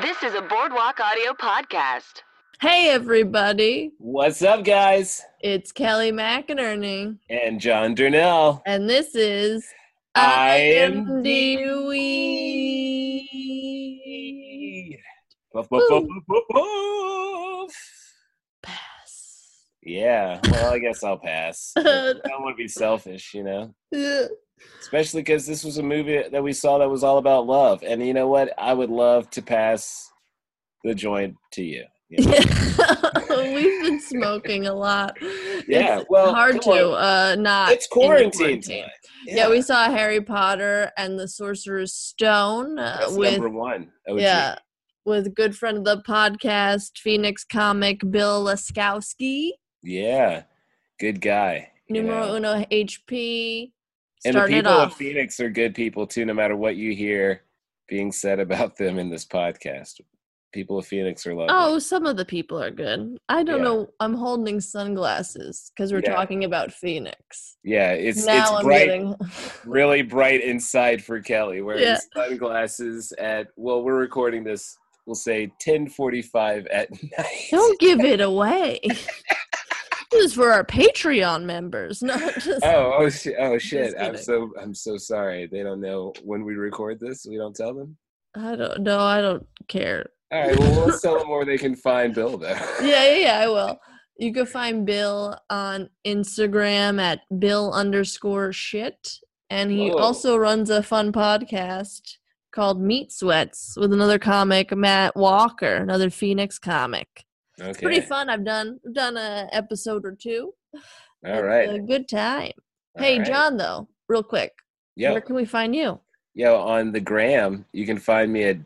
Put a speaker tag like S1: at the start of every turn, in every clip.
S1: This is a Boardwalk Audio podcast.
S2: Hey, everybody.
S3: What's up, guys?
S2: It's Kelly McInerney,
S3: And John Durnell.
S2: and this is
S3: I am
S2: Dewey.
S3: Woof, woof, woof, woof, woof, woof.
S2: Pass.
S3: Yeah, well, I guess I'll pass. I don't want to be selfish, you know?
S2: Ugh.
S3: Especially because this was a movie that we saw that was all about love. And you know what? I would love to pass the joint to you. you know?
S2: We've been smoking a lot.
S3: Yeah,
S2: It's
S3: well,
S2: hard
S3: come
S2: to
S3: on.
S2: uh not
S3: It's
S2: in the
S3: quarantine. time.
S2: Yeah. we saw Harry Potter and the Sorcerer's Stone uh,
S3: That's
S2: with
S3: number one. OG.
S2: yeah, with good friend of the podcast, Phoenix comic Bill Laskowski,
S3: Yeah. Good guy. you
S2: numero
S3: know?
S2: uno HP.
S3: And the
S2: Started
S3: people
S2: off.
S3: of Phoenix are good people too, no matter what you hear being said about them in this podcast. People of Phoenix are lovely.
S2: oh, some of the people are good. I don't
S3: Yeah.
S2: know. I'm holding sunglasses because we're
S3: Yeah.
S2: talking about Phoenix.
S3: yeah, it's
S2: now
S3: it's
S2: I'm
S3: bright,
S2: getting.
S3: really bright inside for Kelly wearing
S2: Yeah.
S3: sunglasses at. Well, we're recording this. We'll say 10:45 at night.
S2: don't give it away. this is for our Patreon members, not just.
S3: Oh, oh, sh- oh shit! I'm
S2: kidding.
S3: so I'm so sorry. They don't know when we record this. We don't tell them.
S2: I don't know. I don't care.
S3: All right. Well, let's tell them where they can find Bill though.
S2: yeah, yeah, yeah, I will. You can find Bill on Instagram at Bill underscore shit. And he
S3: Whoa.
S2: also runs a fun podcast called Meat Sweats with another comic, Matt Walker, another Phoenix comic.
S3: Okay.
S2: Pretty fun. I've done I've done a episode or two.
S3: All
S2: It's
S3: right.
S2: a good time.
S3: all
S2: hey,
S3: right.
S2: John, though, real quick,
S3: Yo.
S2: where can we find you?
S3: Yo, on the gram, you can find me at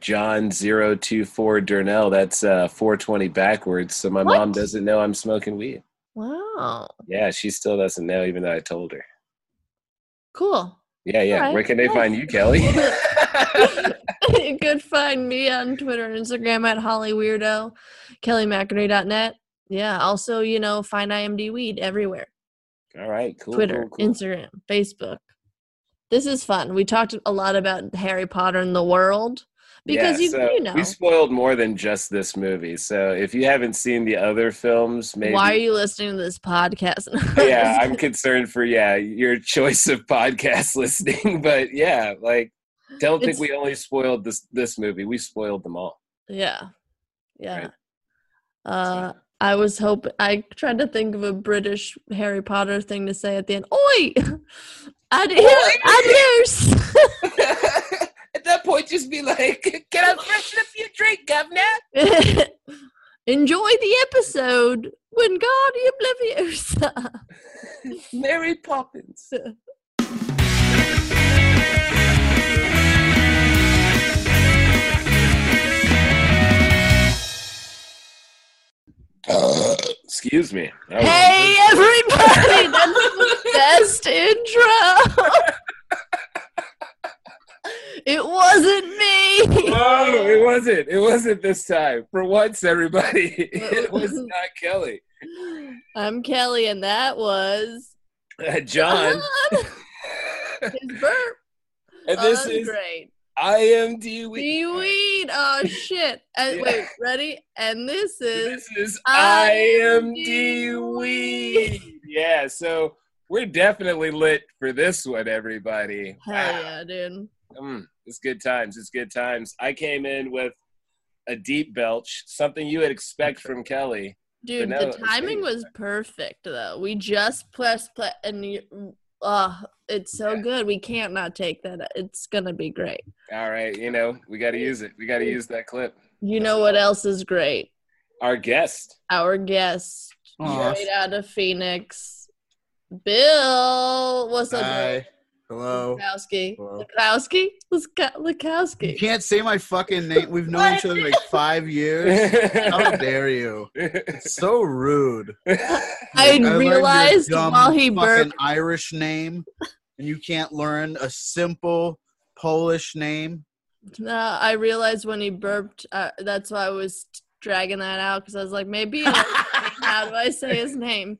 S3: John024 Durnell. That's uh, 420 backwards. So my
S2: What?
S3: mom doesn't know I'm smoking weed.
S2: Wow,
S3: Yeah, she still doesn't know, even though I told her.
S2: cool.
S3: Yeah, yeah.
S2: Alright,
S3: Where can they
S2: nice.
S3: find you, Kelly?
S2: you could find me on Twitter and Instagram at Holly Weirdo, KellyMcInerney.net. Yeah, also, you know, find IMD Weed everywhere
S3: All right, cool.
S2: Twitter,
S3: cool, cool.
S2: Instagram, Facebook. This is fun. We talked a lot about Harry Potter and the world because
S3: Yeah,
S2: you,
S3: so
S2: you know,
S3: We spoiled more than just this movie. So if you haven't seen the other films, maybe.
S2: why are you listening to this podcast?
S3: yeah, I'm concerned for, yeah, your choice of podcast listening. But yeah, like, don't
S2: It's-
S3: think we only spoiled this, this movie. We spoiled them all.
S2: yeah, yeah.
S3: Right.
S2: Uh, I was hoping I tried to think of a British Harry Potter thing to say at the end. Oi! Ad- Adios!
S3: At that point, just be like, "Can I freshen up your drink, governor?"
S2: Enjoy the episode when Guardian Leviosa.
S3: Mary Poppins. Uh, Excuse me. That was-
S2: Hey everybody, that's the best intro. it wasn't me.
S3: No, it wasn't. It wasn't this time. For once, everybody, it was not Kelly.
S2: I'm Kelly, and that was
S3: Uh, John.
S2: his burp.
S3: and
S2: Oh,
S3: this
S2: that was
S3: is
S2: great.
S3: I am D.
S2: Seaweed. Oh shit. And
S3: Yeah.
S2: Wait, ready? And this is
S3: This is
S2: I am
S3: IMD Weed. Yeah, so we're definitely lit for this one, everybody.
S2: hell
S3: Wow.
S2: yeah, dude.
S3: Mm, it's good times. It's good times. I came in with a deep belch, something you would expect from Kelly.
S2: Dude,
S3: now it's
S2: the timing
S3: me.
S2: was perfect though. We just pressed play, and you, uh, it's so
S3: Yeah.
S2: good. We can't not take that. It's gonna be great.
S3: All right, you know, we got to use it. We got to use that clip.
S2: You know what else is great?
S3: Our guest.
S2: Our guest, straight out of Phoenix, Bill. What's up, Bill?
S4: Hi. Hello.
S2: Lakowski?
S4: Hello.
S2: Lakowski? Laska-
S4: You
S2: Lakowski.
S4: can't say my fucking name. We've known each other like five years.
S3: Uh,
S4: How dare you? So rude.
S2: I
S4: learned your
S2: realized
S4: dumb
S2: while he
S4: fucking
S2: burped.
S4: Irish name, and you can't learn a simple Polish name.
S2: No, I realized when he burped. Uh, that's why I was dragging that out because I was like, maybe it was- how do I say his name?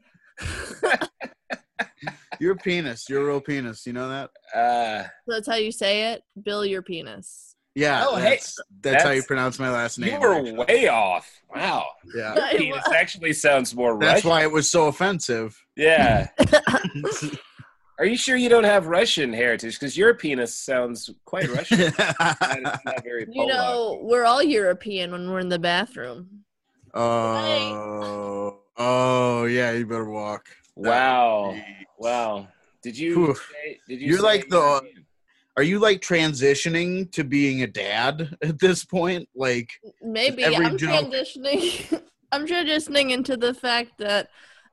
S4: Your penis. Your real penis. You know that?
S3: uh,
S2: That's how you say it. Bill your penis.
S4: Yeah,
S3: Oh, hey,
S4: that's, that's, how you
S3: that's-
S4: pronounce my last name.
S3: You were
S4: actually.
S3: way off. Wow.
S4: yeah,
S2: I
S3: This
S2: was-
S3: actually sounds more
S4: that's
S3: Russian.
S4: why it was so offensive.
S3: Yeah. Are you sure you don't have Russian heritage? Because your penis sounds quite Russian. That is not very
S2: you
S3: Polack.
S2: know, we're all European when we're in the bathroom.
S4: oh, oh yeah, you better walk.
S3: Wow.
S4: Jeez.
S3: Wow. Did you?
S4: Oof.
S3: Say, did you?
S4: You're
S3: say
S4: like the-
S3: European?
S4: Are you like transitioning to being a dad at this point? Like,
S2: Maybe
S4: every
S2: I'm
S4: joke.
S2: transitioning. I'm transitioning into the fact that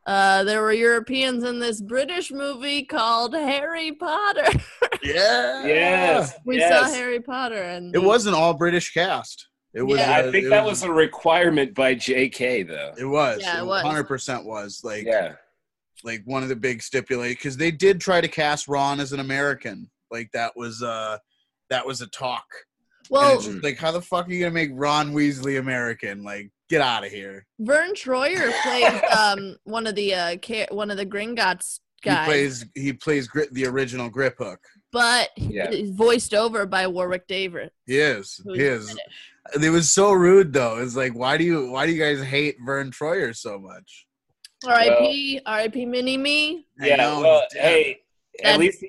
S2: uh, there were Europeans in this British movie called Harry Potter.
S4: yeah,
S3: Yes.
S2: we
S3: yes.
S2: saw Harry Potter, and
S4: It was an all British cast. It was.
S3: Yeah,
S4: uh,
S3: I think
S4: it
S3: that was a requirement by J.K. Though.
S4: It was.
S2: Yeah, it
S4: it
S2: was.
S4: Hundred percent was like
S3: yeah.
S4: like one of the big stipulate because they did try to cast Ron as an American. Like that was uh that was a talk. And
S2: well,
S4: it's just like how the fuck are you gonna make Ron Weasley American? Like get out of here.
S2: Vern Troyer played um, one of the uh, ca- one of the Gringotts
S4: He
S2: guys,
S4: plays he plays Gri- the original Grip Hook.
S2: but
S3: Yeah.
S2: he's voiced over by Warwick Davis.
S4: He is.
S2: who's
S4: He is.
S2: British.
S4: It was so rude though. It's like why do you why do you guys hate Vern Troyer so much?
S2: R.I.P. R.I.p. Mini Me.
S4: I
S3: Yeah.
S4: know,
S3: well,
S4: he's dead.
S3: hey.
S2: That's-
S3: At least,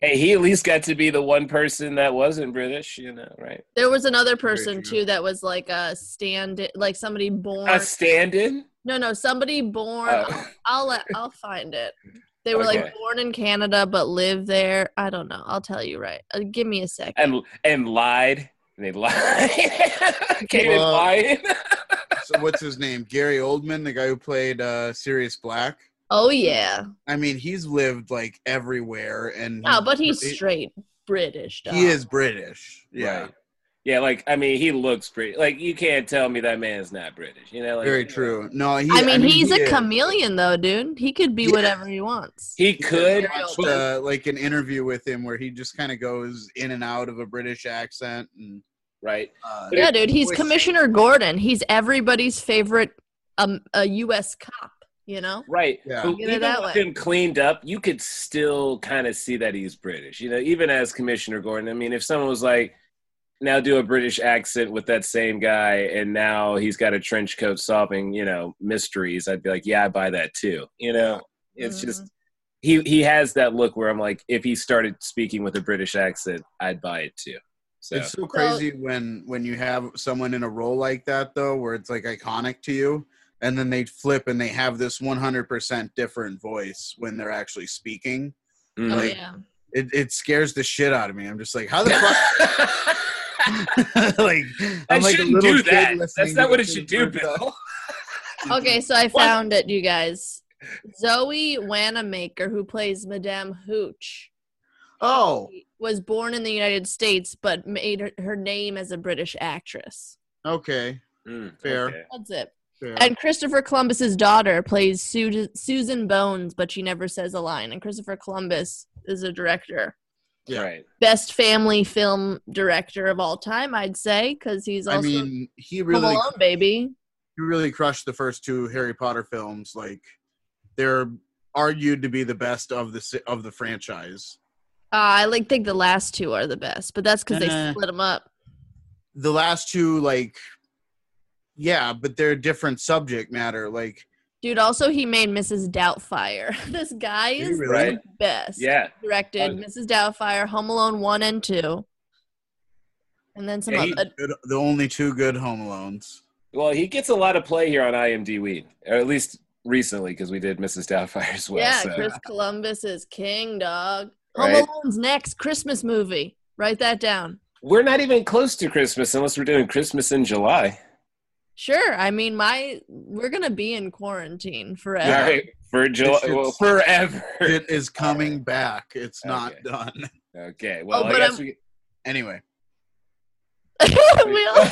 S3: hey, he at least got to be the one person that wasn't British, you know, right?
S2: There was another person
S4: true.
S2: too that was like a stand, like somebody born.
S3: A stand-in.
S2: No, no, somebody born.
S3: Oh.
S2: I'll let, I'll find it. They were
S3: Okay.
S2: like born in Canada but live there. I don't know. I'll tell you right. Uh, give me a second.
S3: and and lied. And they lied. Came in
S4: Well-
S3: lying.
S4: so what's his name? Gary Oldman, the guy who played uh Sirius Black.
S2: oh yeah.
S4: I mean, he's lived like everywhere, and
S2: No, but he's
S4: he-
S2: straight British. Dog.
S4: he is British. Yeah,
S3: Right. Yeah, like I mean, he looks pretty. Like you can't tell me that man's not British. You know, like,
S4: very true. No, he,
S2: I mean, he's
S4: he
S2: a
S4: is.
S2: chameleon though, dude. He could be
S4: Yeah.
S2: whatever he wants.
S3: He could.
S4: I watched, uh, like an interview with him where he just kind of goes in and out of a British accent, and
S3: Right.
S4: uh,
S3: But
S2: yeah, dude. He's
S4: voice-
S2: Commissioner Gordon. He's everybody's favorite um a US cop, you know?
S3: Right.
S4: Yeah.
S3: But
S2: Get it
S3: even
S2: that
S3: with
S2: way.
S3: him cleaned up, you could still kind of see that he's British. You know, even as Commissioner Gordon. I mean, if someone was like, now do a British accent with that same guy, and now he's got a trench coat solving, you know, mysteries, I'd be like, yeah, I buy that too. You know, it's just he
S2: Mm-hmm.
S3: he has that look where I'm like, if he started speaking with a British accent, I'd buy it too. So
S4: it's so crazy when when you have someone in a role like that though, where it's like iconic to you, and then they flip and they have this 100% different voice when they're actually speaking.
S2: Oh
S3: mhm.
S4: like-
S2: yeah.
S4: It it scares the shit out of me. I'm just like, how the fuck like
S3: I
S4: I'm like a
S3: shouldn't
S4: little
S3: do
S4: kid
S3: that. That's
S4: listening
S3: not
S4: to
S3: what it
S4: this
S3: should do,
S4: for the-
S3: Bill.
S2: Okay, so I found it, you guys. Zoe Wanamaker, who plays Madame Hooch,
S4: Oh,
S2: was born in the United States but made her, her name as a British actress.
S4: okay,
S3: Mm,
S4: Fair.
S3: okay.
S2: That's it.
S4: fair.
S2: And Christopher Columbus's daughter plays Su- Susan Bones, but she never says a line. And Christopher Columbus is a director.
S4: Yeah.
S3: Right.
S2: Best family film director of all time, I'd say, because he's also
S4: I mean, he
S2: Home
S4: really,
S2: Alone, baby.
S4: he really crushed the first two Harry Potter films. Like, they're argued to be the best of the si- of the franchise.
S2: Uh, I like think the last two are the best, but that's because they
S4: Uh.
S2: split them up.
S4: The last two, like, yeah, but they're different subject matter. Like,
S2: Dude, also he made Mrs. Doubtfire. this guy
S4: He
S2: is
S4: really-
S3: Right.
S2: the best.
S3: Yeah.
S2: Directed
S3: Oh.
S2: Mrs. Doubtfire, Home Alone one and two, and then some uh,
S3: Yeah, he-
S2: other.
S4: good- the only two good Home Alones.
S3: Well, he gets a lot of play here on IMDb, or at least recently, because we did Mrs. Doubtfire as well.
S2: yeah,
S3: so.
S2: Chris Columbus is king, dog.
S3: Right.
S2: Home Alone's next Christmas movie. Write that down.
S3: We're not even close to Christmas unless we're doing Christmas in July.
S2: Sure. I mean, my we're gonna be in quarantine forever.
S3: All right. For July,
S4: It's-
S3: well, forever.
S4: It is coming back. It's not
S3: Okay.
S4: done.
S3: okay.
S2: Oh,
S3: Well, I
S2: but
S3: guess
S2: I'm-
S3: we.
S4: Anyway,
S2: We all-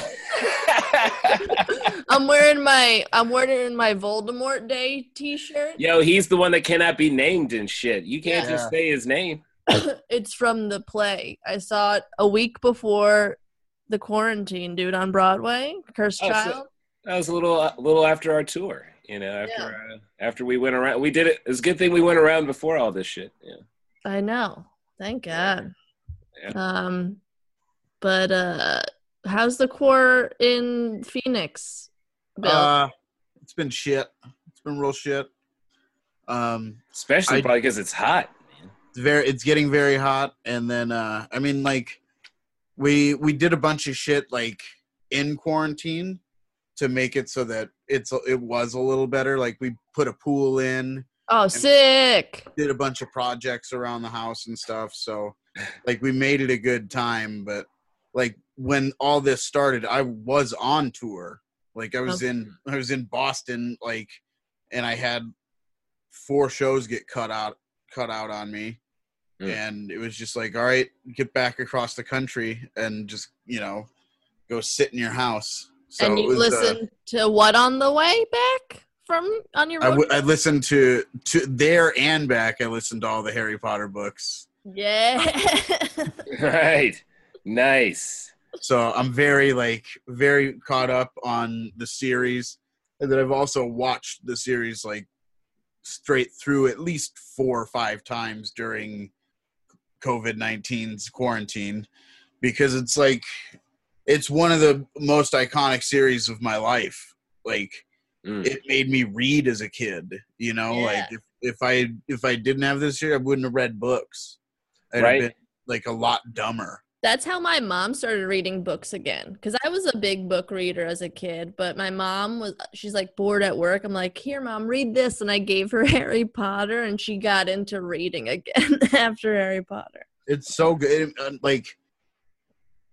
S2: I'm wearing my I'm wearing my Voldemort Day T-shirt.
S3: Yo, he's the one that cannot be named and shit. You can't
S4: Yeah.
S3: just say his name.
S2: it's from the play. I saw it a week before the quarantine, dude, on Broadway. Cursed
S3: Oh, so-
S2: Child.
S3: That was a little, a little after our tour. You know, after uh, after we went around, we did it. It's a good thing we went around before all this shit. Yeah.
S2: I know. Thank God.
S3: Yeah.
S2: Um, But uh how's the core in Phoenix? Bill?
S4: Uh, it's been shit. It's been real shit. Um,
S3: Especially
S4: I-
S3: probably because it's hot.
S4: it's very it's getting very hot and then uh i mean like we we did a bunch of shit like in quarantine to make it so that it's it was a little better like we put a pool in
S2: oh, sick.
S4: did a bunch of projects around the house and stuff so like we made it a good time but like when all this started i was on tour like i was
S2: Oh.
S4: in i was in boston like and i had four shows get cut out cut out on me
S3: Mm.
S4: and it was just like all right get back across the country and just you know go sit in your house so
S2: and
S4: it
S2: you
S4: was, uh,
S2: listen to what on the way back from on your
S4: I,
S2: road?
S4: w- I listened to to there and back i listened to all the harry potter books
S2: yeah.
S3: right. Nice.
S4: So I'm very like very caught up on the series, and then I've also watched the series like straight through at least four or five times during COVID 19's quarantine because it's like it's one of the most iconic series of my life. Like
S3: Mm.
S4: it made me read as a kid, you know,
S2: Yeah.
S4: like if, if I if I didn't have this year, I wouldn't have read books. I'd
S3: Right.
S4: have been like a lot dumber.
S2: That's how my mom started reading books again. Cause I was a big book reader as a kid, but my mom was, she's like bored at work. I'm like, here, mom, read this. And I gave her Harry Potter and she got into reading again after Harry Potter.
S4: It's so good. And, Like,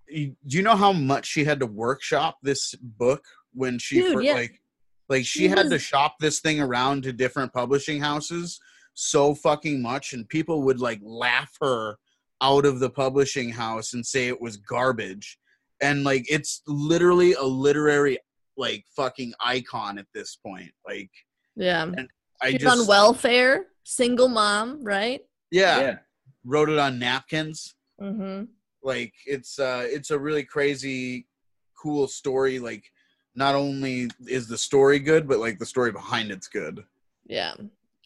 S4: you- do you know how much she had to workshop this book when she
S2: Dude,
S4: fir-
S2: yeah.
S4: like, like she,
S2: She
S4: had to
S2: was-
S4: shop this thing around to different publishing houses so fucking much, and people would like laugh her out of the publishing house and say it was garbage, and like it's literally a literary like fucking icon at this point. Like,
S2: Yeah.
S4: I
S2: She's
S4: just
S2: on welfare, single mom, right?
S4: yeah,
S3: Yeah.
S4: wrote it on napkins.
S2: Mm-hmm.
S4: like it's uh it's a really crazy cool story like not only is the story good but like the story behind it's good
S2: Yeah.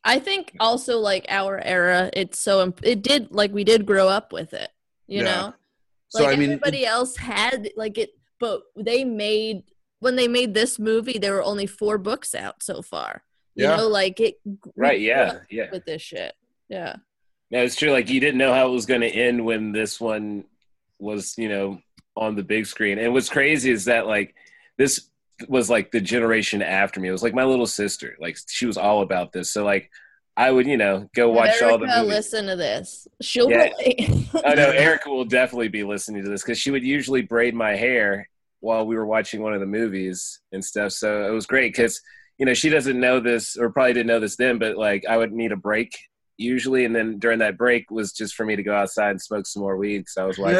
S2: I think also like our era, it's so imp- it did like we did grow up with it, you
S4: Yeah.
S2: know.
S4: so
S2: like
S4: i mean
S2: everybody else had like it, but they made when they made this movie, there were only four books out so far.
S4: Yeah.
S2: You know, like it. we
S3: Right.
S2: grew
S3: Yeah.
S2: up
S3: Yeah.
S2: With this shit. Yeah.
S3: No, it's true. Like you didn't know how it was going to end when this one was, you know, on the big screen. And what's crazy is that like this was like the generation after me. It was like my little sister. Like she was all about this. So like I would, you know, go watch all the
S2: America,
S3: movies.
S2: listen to this. She'll
S3: Yeah.
S2: relate.
S3: I know Erica will definitely be listening to this because she would usually braid my hair while we were watching one of the movies and stuff. So it was great because you know she doesn't know this or probably didn't know this then, but like I would need a break usually, and then during that break was just for me to go outside and smoke some more weed because I was watching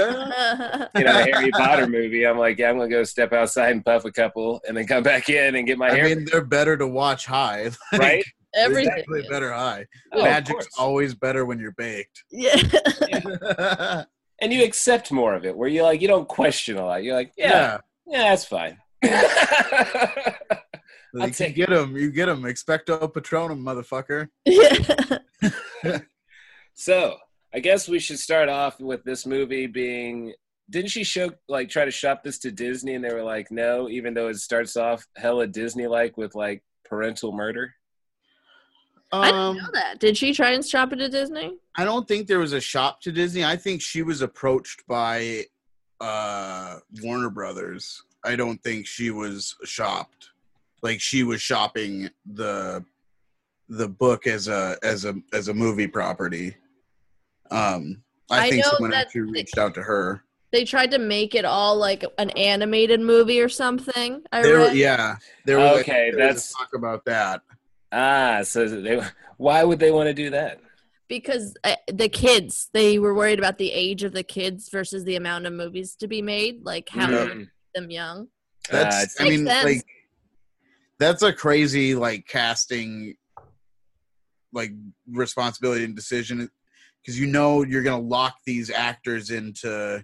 S3: you know a Harry Potter movie. I'm like, yeah, I'm gonna go step outside and puff a couple, and then come back in and get my
S4: i
S3: hair
S4: mean they're better to watch high Like,
S3: right.
S4: they're
S2: Everything.
S4: definitely
S2: is-
S4: better high
S3: Oh, of
S4: magic's
S3: course.
S4: always better when you're baked
S2: Yeah.
S4: yeah.
S3: and you accept more of it where you like you don't question a lot. You're like, yeah, yeah that's fine.
S4: Like, you
S3: take-
S4: get them you get them expecto patronum motherfucker
S2: yeah.
S3: So I guess we should start off with this movie being. Didn't she show like try to shop this to Disney and they were like no, even though it starts off hella Disney like with like parental murder.
S4: um
S2: I didn't know that. Did she try and shop it at Disney?
S4: I don't think there was a shop to Disney. I think she was approached by uh Warner Brothers. I don't think she was shopped. Like she was shopping the the book as a as a as a movie property. Um I,
S2: I
S4: think
S2: know
S4: someone
S2: that
S4: actually
S2: the-
S4: reached out to her.
S2: They tried to make it all like an animated movie or something. I
S4: There,
S2: read.
S4: yeah, there was I think
S3: Okay,
S4: there was a
S3: that's-
S4: talk about that.
S3: Ah, so they, why would they want to do that?
S2: because uh, the kids they were worried about the age of the kids versus the amount of movies to be made like how
S4: Yeah.
S2: to keep them young
S3: Uh,
S4: That's I
S2: Makes
S4: mean
S2: sense.
S4: like that's a crazy like casting like responsibility and decision because you know you're gonna lock these actors into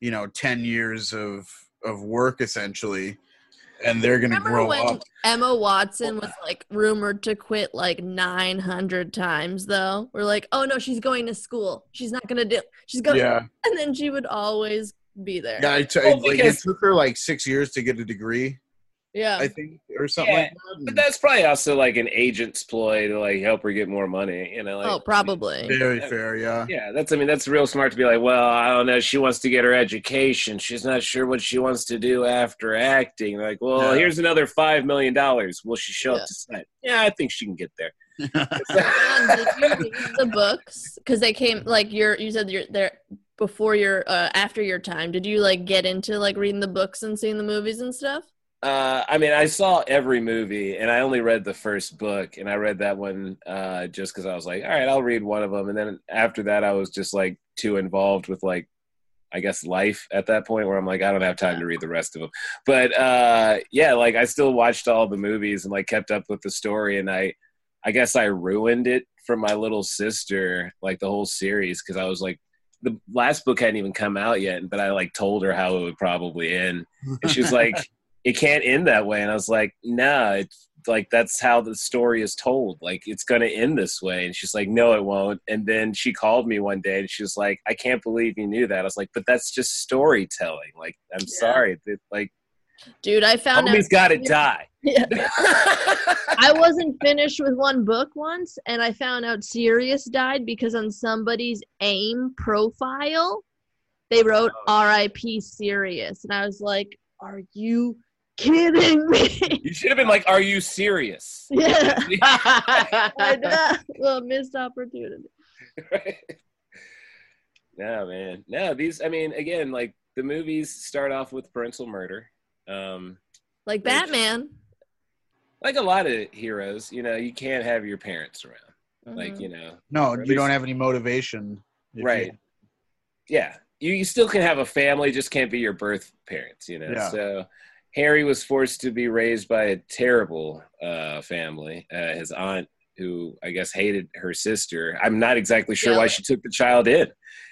S4: you know 10 years of of work essentially and they're gonna
S2: remember
S4: grow
S2: when
S4: up
S2: emma
S4: Oh.
S2: watson was like rumored to quit like 900 times though we're like oh no she's going to school she's not gonna do she's gonna
S4: yeah
S2: and then she would always be there.
S4: Yeah, I t-
S3: Well,
S4: like, it
S3: because-
S4: took her like six years to get a degree,
S2: yeah.
S4: I think, or something
S3: Yeah,
S4: like that.
S3: But that's probably also like an agent's ploy to like help her get more money. You know, like,
S2: oh, probably.
S4: Very fair, yeah.
S3: Yeah, that's. I mean, that's real smart to be like, well, I don't know. She wants to get her education. She's not sure what she wants to do after acting. Like, well,
S4: Yeah.
S3: here's another five million dollars. Will she show
S2: Yeah.
S3: up to set? Yeah, I think she can get there.
S2: John, did you read the books? Because they came like your you said you're there before your uh after your time. Did you like get into like reading the books and seeing the movies and stuff?
S3: Uh, I mean, I saw every movie, and I only read the first book, and I read that one uh, just because I was like, all right, I'll read one of them, and then after that, I was just like too involved with like, I guess life at that point where I'm like, I don't have time to read the rest of them. But uh, yeah, like I still watched all the movies and like kept up with the story, and I, I guess I ruined it for my little sister, like the whole series, because I was like, the last book hadn't even come out yet, but I like told her how it would probably end, and she was like it can't end that way. And I was like, nah, it's like that's how the story is told. Like it's gonna end this way. And she's like, no, it won't. And then she called me one day and she was like, I can't believe you knew that. I was like, but that's just storytelling. Like I'm
S2: Yeah.
S3: sorry. That, like
S2: Dude, I found out
S3: somebody's got to die.
S2: Yeah. I wasn't finished with one book once, and I found out Sirius died because on somebody's AIM profile, they wrote
S3: Oh.
S2: "R.I.P. Sirius," and I was like, "Are you kidding me?"
S3: you should have been like, are you serious?
S2: yeah, I know. well, missed opportunity.
S3: no man no these i mean again like the movies start off with parental murder um
S2: Like
S3: Which-
S2: Batman.
S3: like a lot of heroes, you know, you can't have your parents around.
S2: Mm-hmm.
S3: Like, you know,
S4: no,
S3: Or at
S4: you don't
S3: least-
S4: have any motivation. if you-
S3: right. Yeah. You, you still can have a family, just can't be your birth parents, you know?
S4: Yeah.
S3: So Harry was forced to be raised by a terrible uh, family. Uh, his aunt, who I guess hated her sister. I'm not exactly sure why
S2: Jealous.
S3: she took the child in.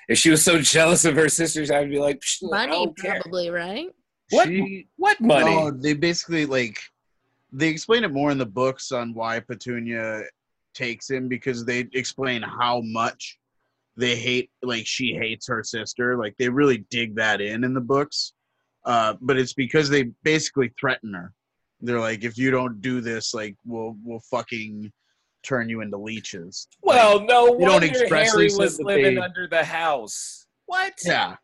S3: If she was so jealous of her sisters, I'd be like, "Psh, I
S2: money
S3: don't care.
S2: probably right.
S3: What,
S4: She-
S3: what money?
S4: No, they basically like they explain it more in the books on why Petunia takes him because they explain how much they hate like she hates her sister. Like they really dig that in in the books. Uh, but it's because they basically threaten her. They're like, if you don't do this, like we'll we'll fucking turn you into leeches.
S3: Well, no
S4: They don't
S3: wonder
S4: expressly
S3: Harry
S4: say
S3: was
S4: that
S3: living
S4: they-
S3: under the house. What?
S4: Yeah.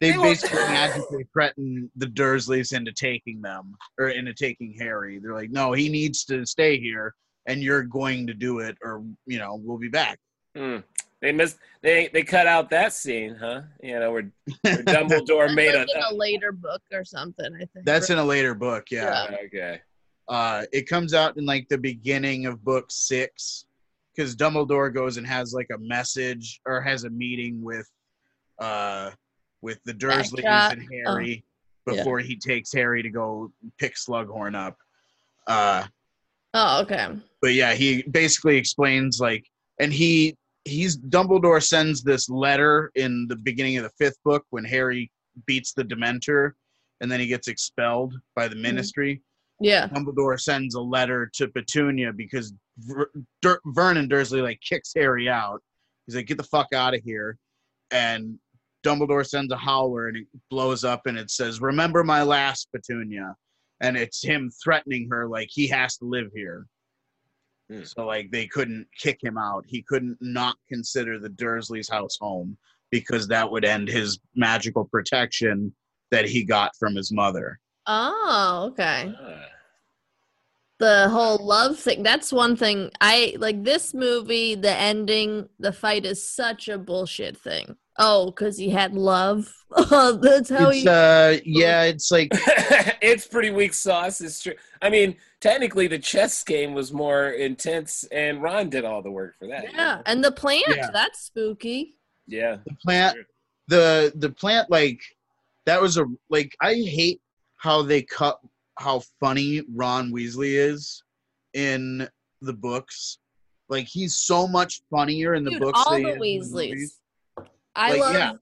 S4: They,
S3: They were-
S4: basically magically threaten the Dursleys into taking them or into taking Harry. They're like, no, he needs to stay here and you're going to do it or, you know, we'll be back.
S3: Mm. They missed. They they cut out that scene, huh? You know, where, where Dumbledore
S2: That's
S3: made
S2: like in
S3: a.
S2: a later book or something. I think
S4: That's in a later book. Yeah.
S3: Okay.
S4: Uh, it comes out in like the beginning of book six because Dumbledore goes and has like a message or has a meeting with, uh, with the Dursleys
S2: Backdrop.
S4: and Harry
S2: yeah.
S4: before he takes Harry to go pick Slughorn up. Uh,
S2: Oh, okay.
S4: but yeah, he basically explains like, and he he's Dumbledore sends this letter in the beginning of the fifth book when Harry beats the Dementor, and then he gets expelled by the Ministry.
S2: Yeah.
S4: Dumbledore sends a letter to Petunia because Ver, Dur- Vernon Dursley like kicks Harry out. He's like, "Get the fuck out of here!" And Dumbledore sends a howler and it blows up and it says, "Remember my last Petunia," and it's him threatening her like he has to live here.
S3: Hmm.
S4: So like they couldn't kick him out. He couldn't not consider the Dursley's house home because that would end his magical protection that he got from his mother.
S2: Oh, okay.
S3: Ah.
S2: the whole love thing that's one thing i like this movie the ending the fight is such a bullshit thing oh because he had love Oh, that's how
S4: it's
S2: he
S4: uh yeah it's like
S3: it's pretty weak sauce. It's true. I mean, technically, the chess game was more intense, and Ron did all the work for that. you
S2: yeah
S3: know?
S2: and the plant
S4: Yeah.
S2: that's spooky
S3: Yeah.
S4: the plant the the plant like that was a like i hate how they cut how funny ron weasley is in the books like he's so much funnier in the
S2: Dude,
S4: books
S2: all
S4: than
S2: the
S4: he is in the
S2: weasleys
S4: movies.
S2: i
S4: Like,
S2: love
S4: yeah.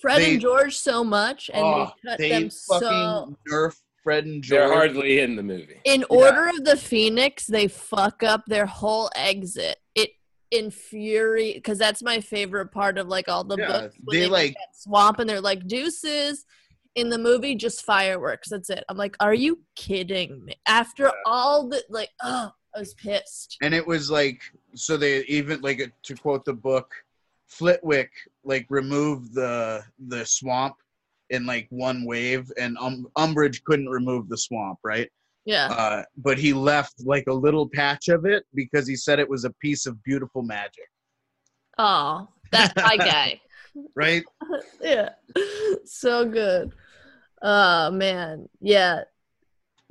S2: fred
S4: They-
S2: and george so much and
S4: Oh,
S2: they cut
S4: they
S2: them
S4: fucking
S2: so
S4: nerf fred and
S3: They're
S4: george
S3: hardly in the movie.
S2: in order of the phoenix they fuck up their whole exit it infuriated because that's my favorite part of like all the
S4: Yeah,
S2: books. when
S4: they,
S2: make
S4: like-
S2: that swamp and they're like deuces. In the movie, just fireworks. That's it. I'm like, are you kidding me? After all the like, oh, I was pissed.
S4: and it was like so they even like to quote the book flitwick like removed the the swamp in like one wave and um, umbridge couldn't remove the swamp right
S2: Yeah,
S4: uh, but he left like a little patch of it because he said it was a piece of beautiful magic
S2: oh, that's my guy.
S4: right
S2: yeah so good oh man yeah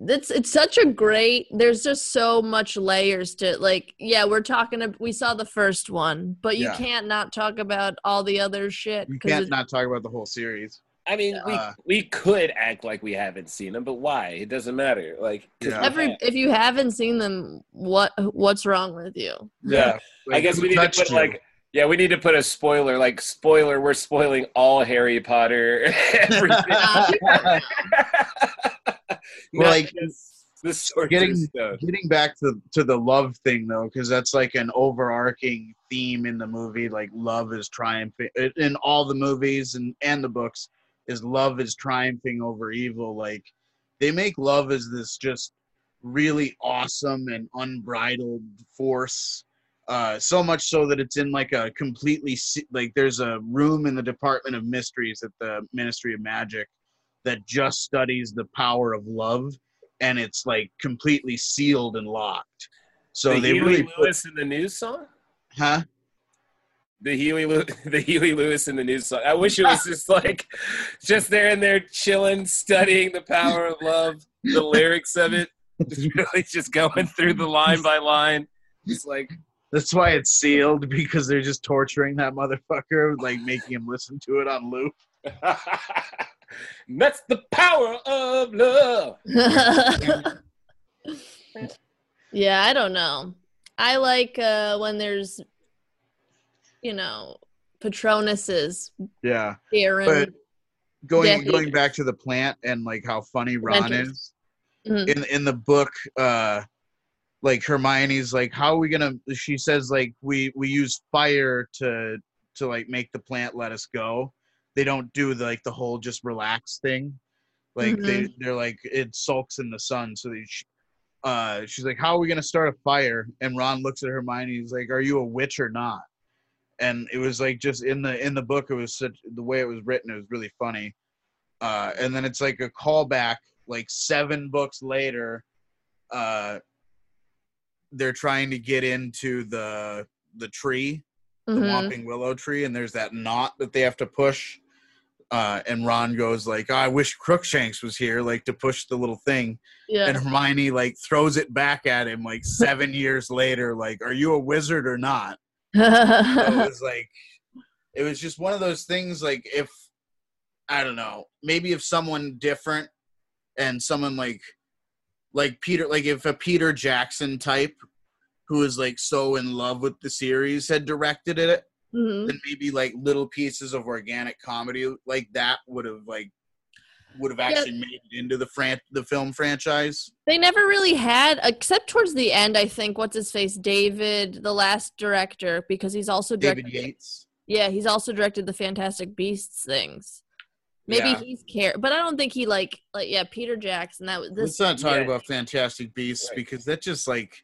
S2: that's it's such a great there's just so much layers to it like yeah we're talking ab- we saw the first one but you
S4: Yeah.
S2: can't not talk about all the other shit
S4: you
S2: 'cause
S4: can't
S2: it-
S4: not talk about the whole series
S3: I mean,
S4: Uh.
S3: we we could act like we haven't seen them, but why? It doesn't matter. Like 'cause
S4: Yeah.
S3: we
S2: every
S3: have.
S2: if you haven't seen them what what's wrong with you
S3: Yeah. I
S4: Like,
S3: guess
S4: who
S3: we need to
S4: touched
S3: put
S4: you?
S3: like yeah, we need to put a spoiler like spoiler. We're spoiling all Harry Potter. everything. Not
S4: like-
S3: just the sorcerer's
S4: Getting-
S3: stone.
S4: getting back to to the love thing though because that's like an overarching theme in the movie like love is triumphing in all the movies and and the books is love is triumphing over evil like they make love as this just really awesome and unbridled force uh, so much so that it's in like a completely se- like there's a room in the department of mysteries at the ministry of magic that just studies the power of love and it's like completely sealed and locked so
S3: the
S4: they
S3: Huey
S4: really put,
S3: Lewis in the news song.
S4: huh
S3: The Huey, Lew- the Huey Lewis in the news song. I wish it was just like, just there and there chilling, studying the power of love, the lyrics of it. Just really just going through the line by line. It's like,
S4: that's why it's sealed because they're just torturing that motherfucker like making him listen to it on loop
S3: "And that's the power of love.
S2: yeah, I don't know. I like uh, when there's, you know, Patronuses,
S4: yeah
S2: Darren.
S4: But- going
S2: Yeah, he
S4: going back to the plant and like how funny Ron
S2: Mental.
S4: is
S2: Mhm.
S4: in in the book. uh Like Hermione's like, how are we gonna? She says like we we use fire to to like make the plant let us go. They don't do the, like the whole just relax thing. Like they they're like it sulks in the sun. So they. Sh- uh, she's like, "How are we gonna start a fire?" And Ron looks at Hermione. He's like, "Are you a witch or not?" And it was like just in the in the book, it was such the way it was written. It was really funny uh, and then it's like a callback like seven books later uh, they're trying to get into the the tree the
S2: Mhm.
S4: whopping willow tree and there's that knot that they have to push uh, and ron goes like i wish crookshanks was here like to push the little thing and
S2: Yeah.
S4: hermione like throws it back at him like seven years later like are you a wizard or not so it was like it was just one of those things like if i don't know maybe if someone different and someone like like peter like if a peter jackson type who is like so in love with the series had directed it
S2: Mhm.
S4: then maybe like little pieces of organic comedy like that would have like would have actually made it into the fran- the film franchise
S2: They never really had, except towards the end, I think, what's his face? David, the last director, because he's also directed.
S4: david yates
S2: Yeah, he's also directed the Fantastic Beasts things. Maybe
S4: Yeah.
S2: he's care, but I don't think he like like yeah Peter Jackson. That was this
S4: Let's not talk
S3: yeah.
S4: about Fantastic Beasts
S3: Right.
S4: because that just like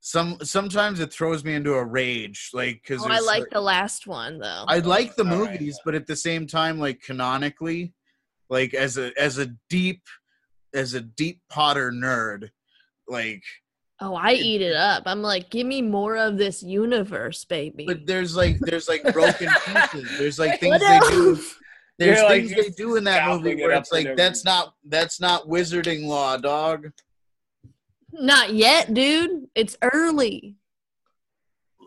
S4: some sometimes it throws me into a rage. Like because
S2: Oh, I like the last one though.
S4: I like the
S3: All right,
S4: movies, but at the same time, like canonically, like as a as a deep as a deep Potter nerd, like
S2: oh, I eat it up. I'm like, give me more of this universe, baby.
S4: but there's like there's like broken pieces. There's like things
S2: What
S4: they
S2: else?
S4: do. There's
S3: You're, like,
S4: things they
S3: just
S4: do in that
S3: gobbling
S4: movie
S3: it
S4: where
S3: up
S4: it's like
S3: and
S4: that's not that's not wizarding law, dog.
S2: Not yet, dude. It's early.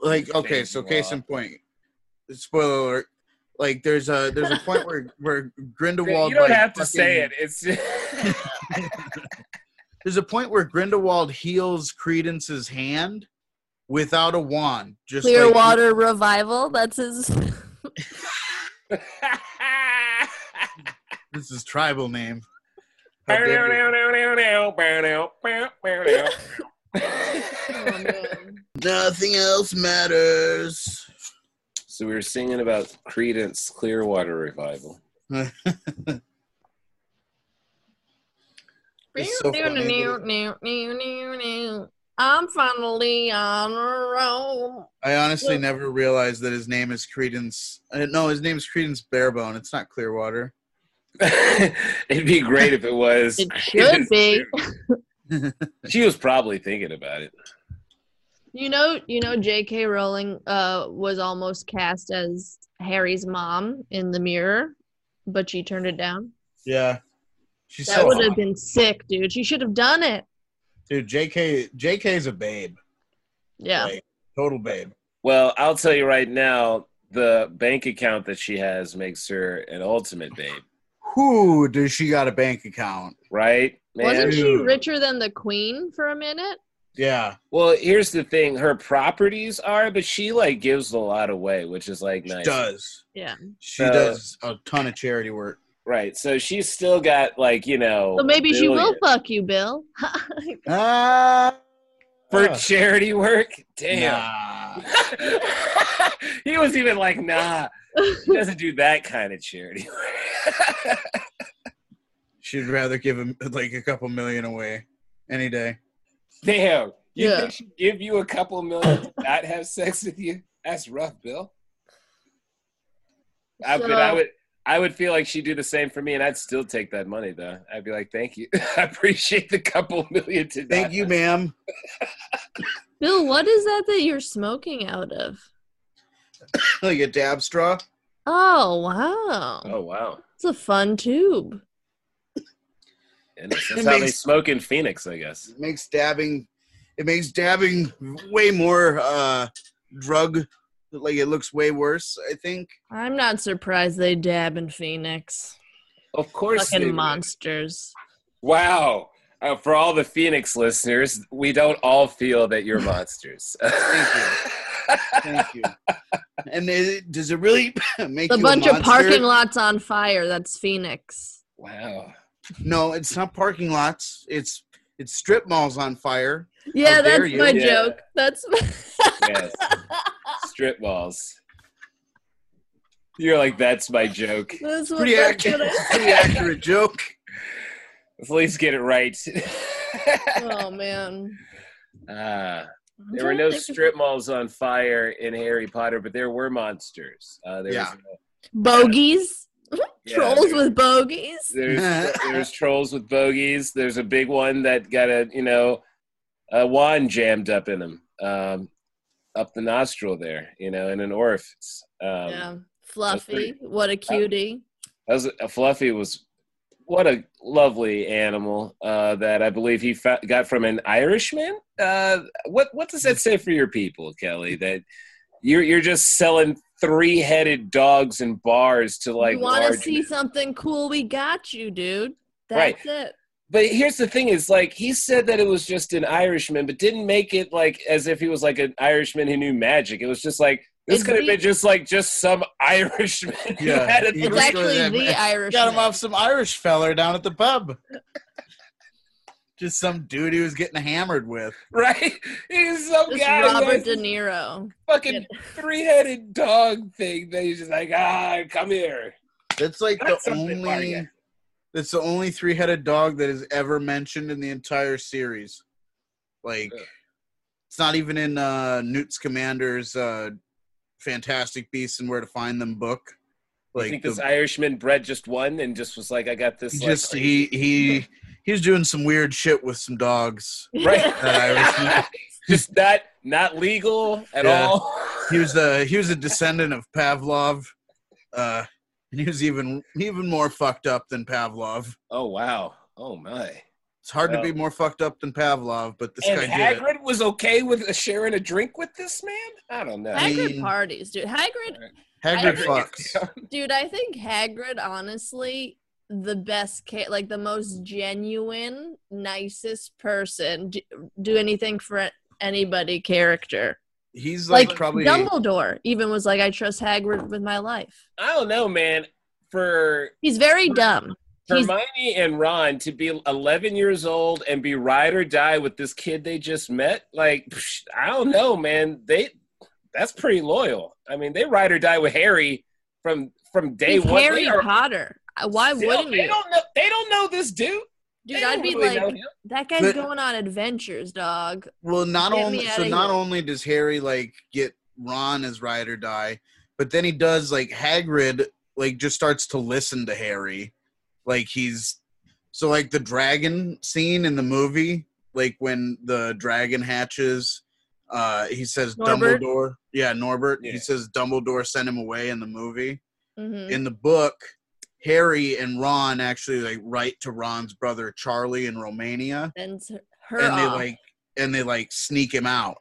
S4: like okay so
S3: Wow.
S4: case in point spoiler alert like there's a there's a point where where grindelwald
S3: you don't
S4: like,
S3: have to
S4: fucking-
S3: say it. It's just,
S4: there's a point where grindelwald heals credence's hand without a wand just like-
S2: Clearwater Revival. That's his.
S4: this is tribal name How dare you.
S3: It's
S2: Oh, man.
S4: Nothing else matters.
S3: So we were singing about Credence Clearwater Revival.
S4: It's so funny that-
S2: I'm finally on a roll.
S4: I honestly
S2: Well-
S4: never realized that his name is Credence. I didn't know his name is Credence Barebone. It's not Clearwater.
S3: It'd be great if it was.
S2: It should be.
S3: She was probably thinking about it.
S2: You know, you know, J.K. Rowling uh, was almost cast as Harry's mom in The Mirror, but she turned it down.
S4: Yeah. She's
S2: That
S4: so
S2: would have
S4: hot.
S2: been sick, dude. She should have done it.
S4: dude. JK JK's a babe.
S2: Yeah.
S4: Like, total babe.
S3: Well, I'll tell you right now, the bank account that she has makes her an ultimate babe,
S4: Who does she got a bank account?
S3: right?
S2: Wasn't she
S4: Dude.
S2: richer than the queen for a minute?
S4: Yeah.
S3: Well, here's the thing: her properties are, but she like gives a lot away, which is like
S4: She
S3: nice.
S4: does.
S2: Yeah.
S4: She
S3: Uh,
S4: does a ton of charity work.
S3: Right. So she's still got like you know.
S4: Oh,
S2: So maybe she will
S3: billions.
S2: fuck you, Bill.
S4: Ah.
S3: for
S4: Ah.
S3: charity work. Damn.
S4: Nah.
S3: he was even like, nah, she doesn't do that kind of charity. work."
S4: She'd rather give him like a couple million away any day.
S3: Damn. You
S2: Yeah.
S3: think she give you a couple million to not have sex with you? That's rough, Bill. I, but I
S2: So-
S3: would I would feel like she'd do the same for me and I'd still take that money though. I'd be like, Thank you. I appreciate the couple million to
S4: Thank
S3: not-
S4: you, ma'am.
S2: Bill, what is that that you're smoking out of?
S4: like a dab straw.
S2: Oh, wow.
S3: Oh wow.
S2: It's a fun tube.
S3: And that's
S4: It
S3: how they
S4: makes-
S3: smoke in Phoenix, I guess.
S4: It makes dabbing it makes dabbing way more uh drug like it looks way worse, I think.
S2: I'm not surprised they dab in Phoenix.
S3: Of course. they
S2: Fucking
S3: would.
S2: monsters.
S3: Wow. Uh, for all the Phoenix listeners, we don't all feel that you're monsters.
S4: Thank Thank you. and it, does it really make
S2: A
S4: you
S2: bunch
S4: a
S2: of parking
S4: monster?
S2: lots on fire. That's Phoenix.
S3: Wow.
S4: No, it's not parking lots. It's it's strip malls on fire.
S2: Yeah,
S4: dare
S2: that's
S4: you.
S2: my
S3: Yeah.
S2: joke. That's
S3: Yes. Strip balls. You're like, that's my joke.
S2: that's what
S4: Pretty
S2: that's
S4: accurate,
S2: what I-
S4: pretty accurate joke.
S3: Let's at least get it right.
S2: Oh man.
S3: Ah,
S2: I'm
S3: there were
S2: trying
S3: no
S2: to think of-
S3: strip malls on fire in Harry Potter, but there were monsters. Uh, there
S4: Yeah.
S3: was, uh,
S2: bogeys.
S3: yeah,
S2: Trolls
S3: there-
S2: with bogeys.
S3: There's, there's trolls with bogeys. There's a big one that got a you know a wand jammed up in him, um, up the nostril there, you know, in an orifice. Um, Uh,
S2: yeah.
S3: pretty-
S2: Fluffy. What a cutie.
S3: That was a Fluffy was what a lovely animal uh, that I believe he fa- got from an Irishman. Uh, what what does that say for your people, Kelly? That you're you're just selling three headed dogs and bars to like
S2: you want to
S3: large-
S2: see something cool? We got you, dude.
S3: Right.
S2: That's it.
S3: But here's the thing: is like he said that it was just an Irishman, but didn't make it like as if he was like an Irishman who knew magic. It was just like this
S2: It'd
S3: could have
S2: be-
S3: been just like just some Irishman. who
S4: Yeah.
S3: had a
S4: It's
S2: It's
S4: Let's
S3: three-
S4: go to
S2: actually
S4: that.
S2: the Irish.
S4: Got him off some Irish feller down at the pub. Just some dude he was getting hammered with.
S3: right? He's some
S2: Just
S3: guy. who
S2: Robert
S3: has
S2: De
S3: this
S2: Niro.
S3: fucking three-headed dog thing that he's just like, ah, come here.
S4: That's like
S3: That's
S4: the
S3: something like
S4: only.
S3: it.
S4: That's the only three-headed dog that is ever mentioned in the entire series. Like,
S3: Yeah.
S4: it's not even in uh, Newt's Commander's uh, "Fantastic Beasts and Where to Find Them" book.
S3: I
S4: Like,
S3: think
S4: the,
S3: this Irishman bred just one and just was like, I got this.
S4: he
S3: like,
S4: just he he he's doing some weird shit with some dogs.
S3: right,
S4: That Irishman.
S3: just not not legal at
S4: Yeah.
S3: all.
S4: he was a he was a descendant of Pavlov, uh, and he was even even more fucked up than Pavlov.
S3: oh wow. Oh my.
S4: It's hard to
S3: Well-
S4: be more fucked up than Pavlov, but this
S3: and
S4: guy did it.
S3: Hagrid was okay with sharing a drink with this man. I don't know.
S4: Hag-
S2: Hagrid
S4: mean-
S2: parties, dude. Hagrid,
S4: Hagrid
S2: Hagrid-
S4: fucks.
S2: dude. I think Hagrid, honestly, the best, ca- like the most genuine, nicest person. Do, do anything for anybody character.
S4: He's
S2: Like,
S4: like, probably
S2: Dumbledore even was like, I trust Hagrid with my life.
S3: I don't know, man. For
S2: He's very dumb. He's-
S3: Hermione and Ron to be 11 years old and be ride or die with this kid they just met, like psh, I don't know, man. They that's pretty loyal. I mean, they ride or die with Harry from from day
S2: He's
S3: one.
S2: Harry
S3: They are
S2: Potter. Uh, Why
S3: still-
S2: wouldn't
S3: they
S2: you?
S3: Don't know, they don't know this dude.
S2: Dude,
S3: They
S2: I'd
S3: don't
S2: be
S3: really know
S2: like,
S3: him.
S2: that guy's
S4: But-
S2: going on adventures, dog.
S4: Well, not
S2: Get me
S4: only so
S2: outta
S4: not
S2: here.
S4: only does Harry like get Ron as ride or die, but then he does like Hagrid like just starts to listen to Harry, like he's so like the dragon scene in the movie, like when the dragon hatches, uh, he says
S2: Norbert?
S4: Dumbledore, yeah Norbert, he
S3: Yeah.
S4: says Dumbledore sent him away in the movie
S2: Mhm.
S4: in the book harry and ron actually like write to ron's brother charlie in romania
S2: Sends her uh,
S4: and they
S2: off.
S4: like and they like sneak him out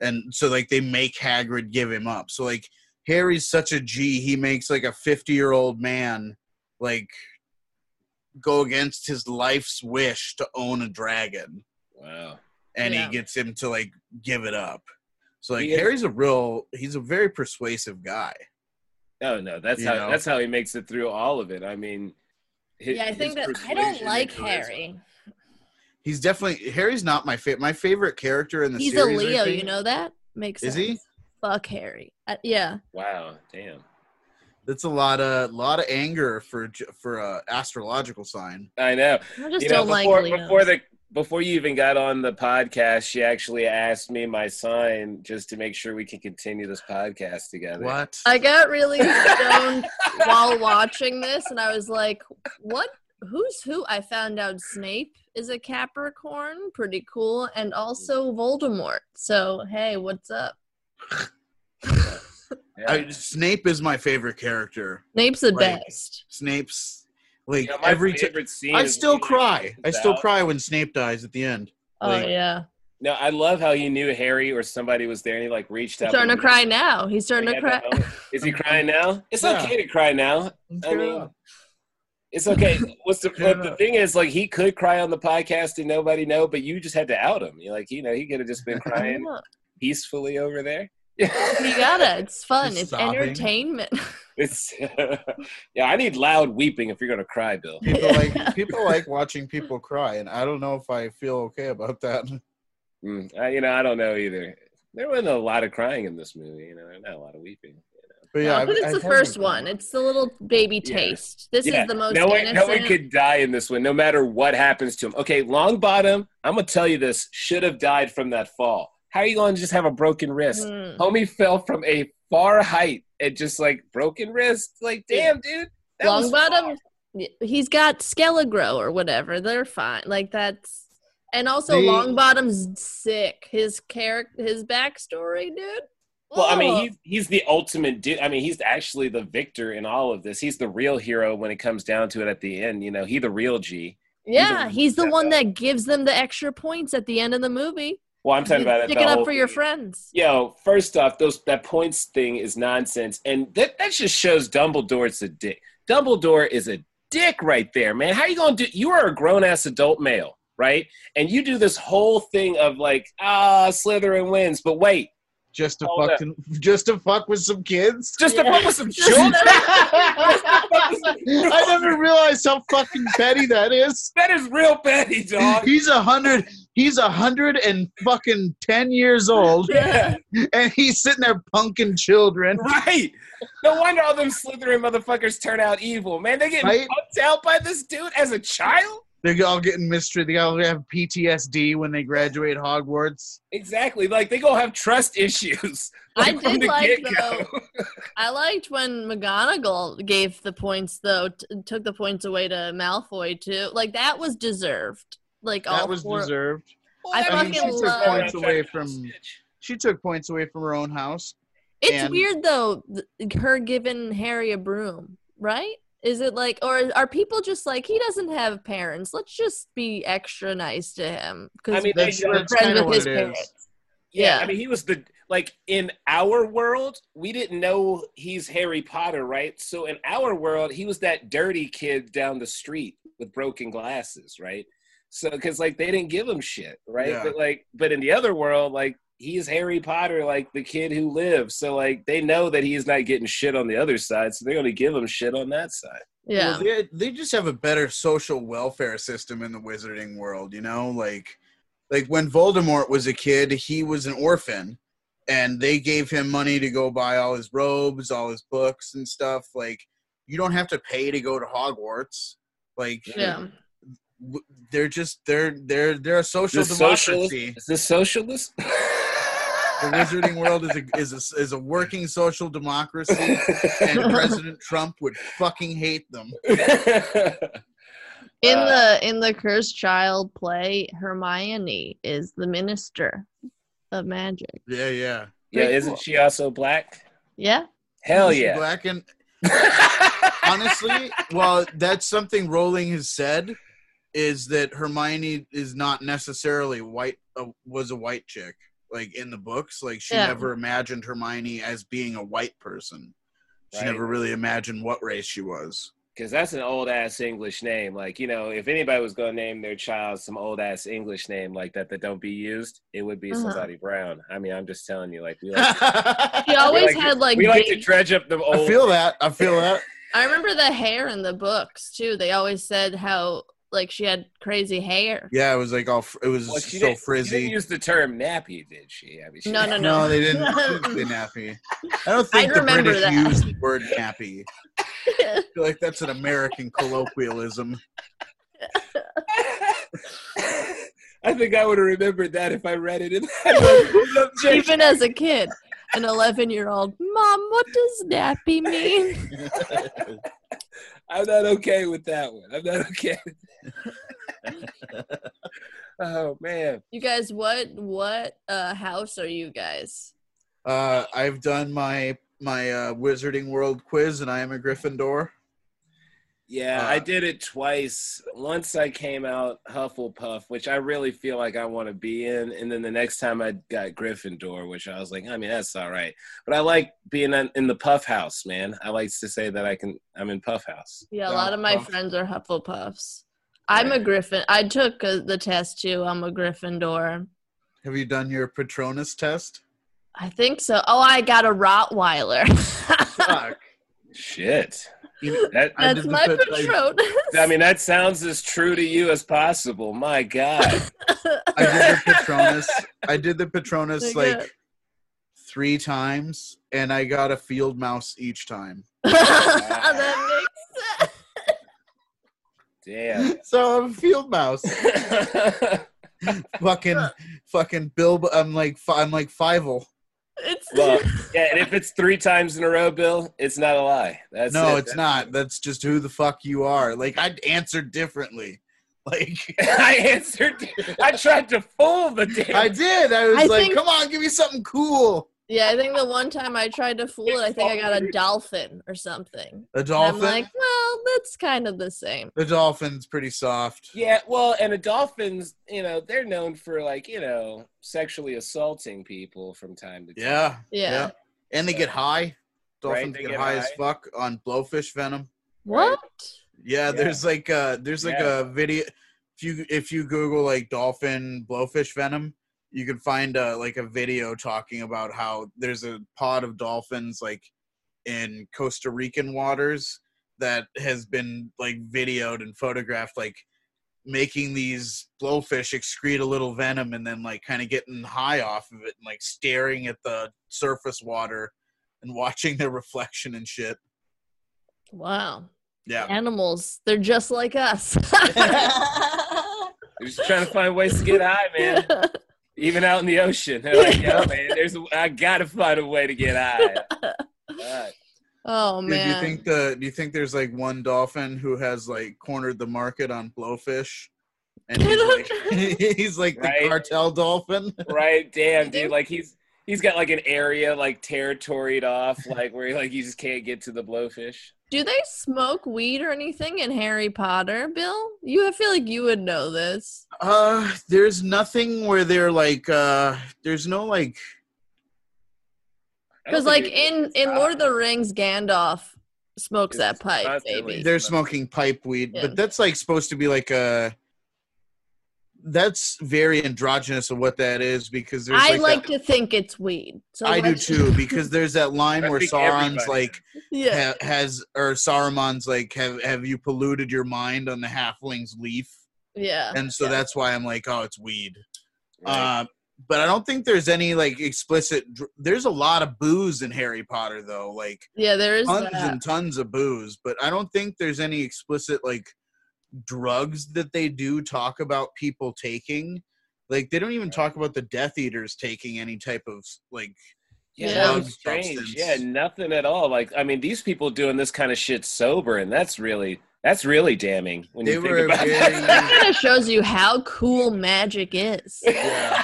S4: and so like they make hagrid give him up so like harry's such a g he makes like a 50 year old man like go against his life's wish to own a dragon
S3: Wow.
S4: and
S2: Yeah.
S4: he gets him to like give it up so like
S3: He is-
S4: harry's a real he's a very persuasive guy
S3: Oh no, that's
S4: You
S3: how
S4: know?
S3: that's how he makes it through all of it. I mean, hi-
S2: yeah, I
S3: his
S2: think that I
S3: persuasion
S2: don't
S3: and
S2: like
S3: charisma.
S2: Harry.
S4: He's definitely Harry's not my favorite. My favorite character in the
S2: He's a
S4: series. I
S2: Leo,
S4: think-
S2: you know that? Makes
S4: Is
S2: sense.
S4: he?
S2: Fuck Harry. Uh, yeah.
S3: Wow, damn.
S4: That's a lot of lot of anger for j- for a astrological sign.
S3: I know.
S2: I just
S3: you know,
S2: don't
S3: before,
S2: like Leo.
S3: before the before you even got on the podcast, she actually asked me my sign just to make sure we can continue this podcast together.
S4: What?
S2: I got really stoned while watching this, and I was like, "What? Who's who?" I found out Snape is a Capricorn, pretty cool, and also Voldemort. So hey, what's up?
S3: Yeah.
S4: I, Snape is my favorite character.
S2: Snape's the
S4: Right.
S2: best.
S4: Snape's like
S3: You know, my
S4: every. T-
S3: favorite scene.
S4: I
S3: is
S4: still
S3: when he
S4: cry. I
S3: comes
S4: still
S3: out.
S4: cry when Snape dies at the end.
S2: Oh
S4: Like-
S2: yeah,
S3: No, I love how he knew Harry or somebody was there, and he like reached
S2: he's
S3: out.
S2: starting to
S3: and-
S2: cry now. He's starting to
S3: Like,
S2: cry.
S3: at that moment. Is he crying now? It's
S4: Yeah.
S3: okay to cry now. I mean, it's okay. What's the,
S4: Yeah.
S3: but the thing is, like, he could cry on the podcast and nobody know, but you just had to out him. You're like, you know, he could have just been crying
S2: Yeah.
S3: peacefully over there.
S2: You gotta. It's fun.
S4: Just
S2: It's
S4: sobbing.
S2: entertainment.
S3: It's yeah. I need loud weeping if you're gonna cry, Bill.
S4: people like people like watching people cry, and I don't know if I feel okay about that.
S3: Mm, I, you know, I don't know either. There wasn't a lot of crying in this movie. You know, not a lot of weeping. "Oh,
S4: But yeah,
S2: Yeah,
S4: I've-
S2: but it's
S4: I've
S2: the
S4: had
S2: first
S4: my-
S2: one. It's the little baby
S3: Yeah.
S2: taste. This
S3: Yeah,
S2: is the most
S3: no one, no
S2: innocent.
S3: one could die in this one, no matter what happens to him. Okay, Longbottom, I'm gonna tell you this: should have died from that fall. How are you gonna just have a broken wrist?
S2: Mm.
S3: Homie fell from a far height and just like broken wrist. Like, damn, dude. That was far.
S2: Longbottom, he's got Skelegro or whatever. They're fine. Like that's, and also
S4: The-
S2: Longbottom's sick. His character, his backstory, dude.
S3: Well, I mean,
S2: Ugh.
S3: he's, he's the ultimate dude. I mean, he's actually the victor in all of this. He's the real hero when it comes down to it at the end. You know, he the real G.
S2: yeah,
S3: he's a-
S2: he's the
S3: yeah.
S2: one that gives them the extra points at the end of the movie.
S3: Well, I'm talking about it.
S2: Stick
S3: the
S2: it up
S3: whole
S2: for your
S3: thing.
S2: friends.
S3: Yo, first off, those that points thing is nonsense, and that that just shows Dumbledore's a dick. Dumbledore is a dick right there, man. How you gonna do? You are a grown ass adult male, right? And you do this whole thing of like, ah, Slytherin wins, but wait,
S4: Just to
S3: Hold up.
S4: fucking, just to fuck with some kids.
S3: just to
S2: Yeah.
S3: fuck with some children.
S4: I never realized how fucking petty that is.
S3: that is real petty, dog.
S4: He's a hundred. He's a hundred and fucking ten years old,
S2: Yeah.
S4: and he's sitting there punking children.
S3: Right. No wonder all them Slytherin motherfuckers turn out evil, man. They get
S4: Right?
S3: punked out by this dude as a child.
S4: They're all getting mistreated. They all have PTSD when they graduate Hogwarts.
S3: Exactly. Like they gonna have trust issues.
S2: I
S3: from
S2: did
S3: the
S2: like
S3: get-go.
S2: though. I liked when McGonagall gave the points though, t- took the points away to Malfoy too. Like that was deserved. Like all
S4: That was
S2: four,
S4: deserved.
S3: Well,
S2: I
S3: that
S2: fucking
S3: means
S2: love-
S3: she's just going
S4: Points
S3: out
S4: away
S3: trying to
S4: from-
S3: snitch.
S4: She took points away from her own house.
S2: It's
S4: and-
S2: weird though, th- her giving Harry a broom, right? Is it like, or are people just like he doesn't have parents? Let's just be extra nice to him because
S3: I mean,
S4: That's,
S3: They-
S4: that's
S2: friends
S4: kind
S2: with
S4: of what
S2: his
S4: it is.
S2: parents.
S3: Yeah,
S2: Yeah.
S3: I mean, he was the like in our world, we didn't know he's Harry Potter, right? So in our world, he was that dirty kid down the street with broken glasses, right? So because like they didn't give him shit, right?
S4: Yeah.
S3: But like, but in the other world, like he's Harry Potter, like the kid who lives. So like they know that he's not getting shit on the other side, so they're gonna give him shit on that side.
S2: Yeah.
S4: Well, they, they just have a better social welfare system in the wizarding world, you know? Like like when Voldemort was a kid, he was an orphan and they gave him money to go buy all his robes, all his books and stuff. Like you don't have to pay to go to Hogwarts. Like
S2: yeah.
S4: w- they're just they're they're they're a social
S3: Is this socialist?
S4: democracy.
S3: Is this socialist?
S4: The wizarding world is a is a, is a working social democracy, and President Trump would fucking hate them.
S2: In
S3: Uh,
S2: the in the Cursed Child play, Hermione is the minister of magic.
S4: Yeah, yeah.
S3: yeah,
S2: Pretty
S3: isn't
S2: cool.
S3: she also black?
S2: Yeah.
S3: Hell
S4: Lucy
S3: yeah.
S4: Black and honestly, well, that's something Rowling has said is that Hermione is not necessarily white uh, was a white chick like in the books like she
S2: Yeah.
S4: never imagined Hermione as being a white person. She
S3: Right.
S4: never really imagined what race she was.
S3: Because that's an old ass English name. Like, you know, if anybody was going to name their child some old ass English name like that that don't be used, it would be
S2: Uh-huh.
S3: somebody brown. I mean, I'm just telling you, like, we like,
S2: She
S4: I
S3: al-
S2: always
S3: like-
S2: had like,
S3: we like to
S2: big-
S3: dredge up the old.
S4: feel that. I feel that.
S2: I remember the hair in the books too. They always said how like she had crazy hair.
S4: Yeah, it was like all. fr- It was
S3: Well, she
S4: so
S3: didn't- She didn't
S4: frizzy.
S3: use the term nappy, did she? I mean, she
S2: No, no, no.
S4: No, they didn't. They nappy. I don't
S2: I
S4: think the
S2: remember
S4: British
S2: that.
S4: used the word nappy. I feel like that's an American colloquialism.
S3: I think I would have remembered that if I read it in that subject.
S2: Even as a kid, an 11 year old, Mom, what does nappy mean?
S3: I'm not okay with that one. I'm not okay. With that. oh man,
S2: You guys, what what uh, house are you guys?
S4: Uh, I've done my my uh, Wizarding World quiz, and I am a Gryffindor.
S3: yeah,
S4: Uh,
S3: I did it twice. Once I came out Hufflepuff, which I really feel like I want to be in, and then the next time I got Gryffindor, which I was like, I mean, that's all right. But I like being in in the Puff House, man. I like to say that I can. I'm in Puff House.
S2: Yeah, a lot of my
S4: Hufflepuff.
S2: friends are Hufflepuffs. I'm a Griffin. I took uh, the test too. I'm a Gryffindor.
S4: Have you done your Patronus test?
S2: I think so. Oh, I got a Rottweiler.
S4: Fuck.
S3: Shit.
S4: You-
S3: That
S4: I
S2: That's
S4: did the
S2: my
S4: pet- I-
S2: Patronus.
S3: I mean, that sounds as true to you as possible. My God.
S4: I did the Patronus. I did the Patronus
S2: There you go.
S4: like three times, and I got a field mouse each time.
S2: that makes
S3: Damn.
S4: So I'm a field mouse. fucking, fucking Bilbo. I'm like, fi- I'm like Fievel.
S2: it's
S3: well, yeah, and if it's three times in a row, Bill, it's not a lie. That's
S4: no,
S3: it.
S4: it's not. That's just who the fuck you are. Like I'd answer differently. Like
S3: I answered. I tried to fool the damn.
S4: I did. I was
S2: I
S4: like,
S2: think-
S4: come on, give me something cool.
S2: yeah. I think the one time I tried to fool it, I think I got a dolphin or something.
S4: The
S2: And
S4: dolphin.
S2: I'm like, well, that's kind of the same.
S4: the dolphin's pretty soft.
S3: Yeah, well, and the dolphins, you know, they're known for like, you know, sexually assaulting people from time to time.
S4: Yeah.
S2: Yeah.
S4: And they get high. Dolphins
S3: they
S4: get,
S3: get
S4: high, as
S3: high.
S4: fuck on blowfish venom.
S2: What?
S4: Yeah,
S3: Yeah.
S4: there's like uh there's like a video if you if you Google like dolphin blowfish venom, you can find uh like a video talking about how there's a pod of dolphins like in Costa Rican waters that has been like videoed and photographed like making these blowfish excrete a little venom and then like kind of getting high off of it and like staring at the surface water and watching their reflection and shit.
S2: Wow.
S4: Yeah.
S2: Animals. They're just like us.
S3: They're just trying to find ways to get high, man. even out in the ocean. They're like, yo, man, there's I gotta find a way to get high. God.
S2: oh
S4: Dude, do you
S2: man.
S4: think the do you think there's like one dolphin who has like cornered the market on blowfish? And
S2: I
S4: he's like,
S2: don't
S4: he's like
S3: Right.
S4: the cartel dolphin.
S3: Right? Damn,
S2: You
S3: dude.
S2: think-
S3: Like he's he's got like an area like territoried off, like where like you just can't get to the blowfish.
S2: Do they smoke weed or anything in Harry Potter, Bill? You I feel like you would know this.
S4: Uh there's nothing where they're like uh there's no like
S3: I don't
S2: Because
S3: think
S2: like
S3: it-
S2: in in Lord of the Rings, Gandalf smokes that pipe,
S3: Constantly.
S2: baby.
S4: they're smoking pipe weed,
S2: Yeah.
S4: but that's like supposed to be like a that's very androgynous of what that is because there's
S2: I
S4: like,
S2: like
S4: that-
S2: to think it's weed. So
S4: I do
S2: let's-
S4: too because there's that line
S3: I
S4: where
S3: think
S4: Sauron's
S3: everybody-
S4: like
S2: Yeah.
S4: ha- has or Saruman's like have have you polluted your mind on the halfling's leaf
S2: Uh, Yeah.
S4: and so that's why I'm like oh it's weed
S3: Right.
S4: uh, but I don't think there's any like explicit dr- there's a lot of booze in Harry Potter though like
S2: Yeah, there is
S4: tons
S2: that.
S4: and tons of booze, but I don't think there's any explicit like drugs that they do talk about people taking. Like they don't even talk about the Death Eaters taking any type of like
S3: Yeah,
S2: Yeah.
S3: that was strange.
S4: Substance.
S3: Yeah, nothing at all. Like, I mean, these people doing this kind of shit sober, and that's really that's really damning when
S4: They
S3: you think
S4: were
S3: about
S4: very-
S3: it.
S2: kind of shows you how cool magic is.
S4: Yeah.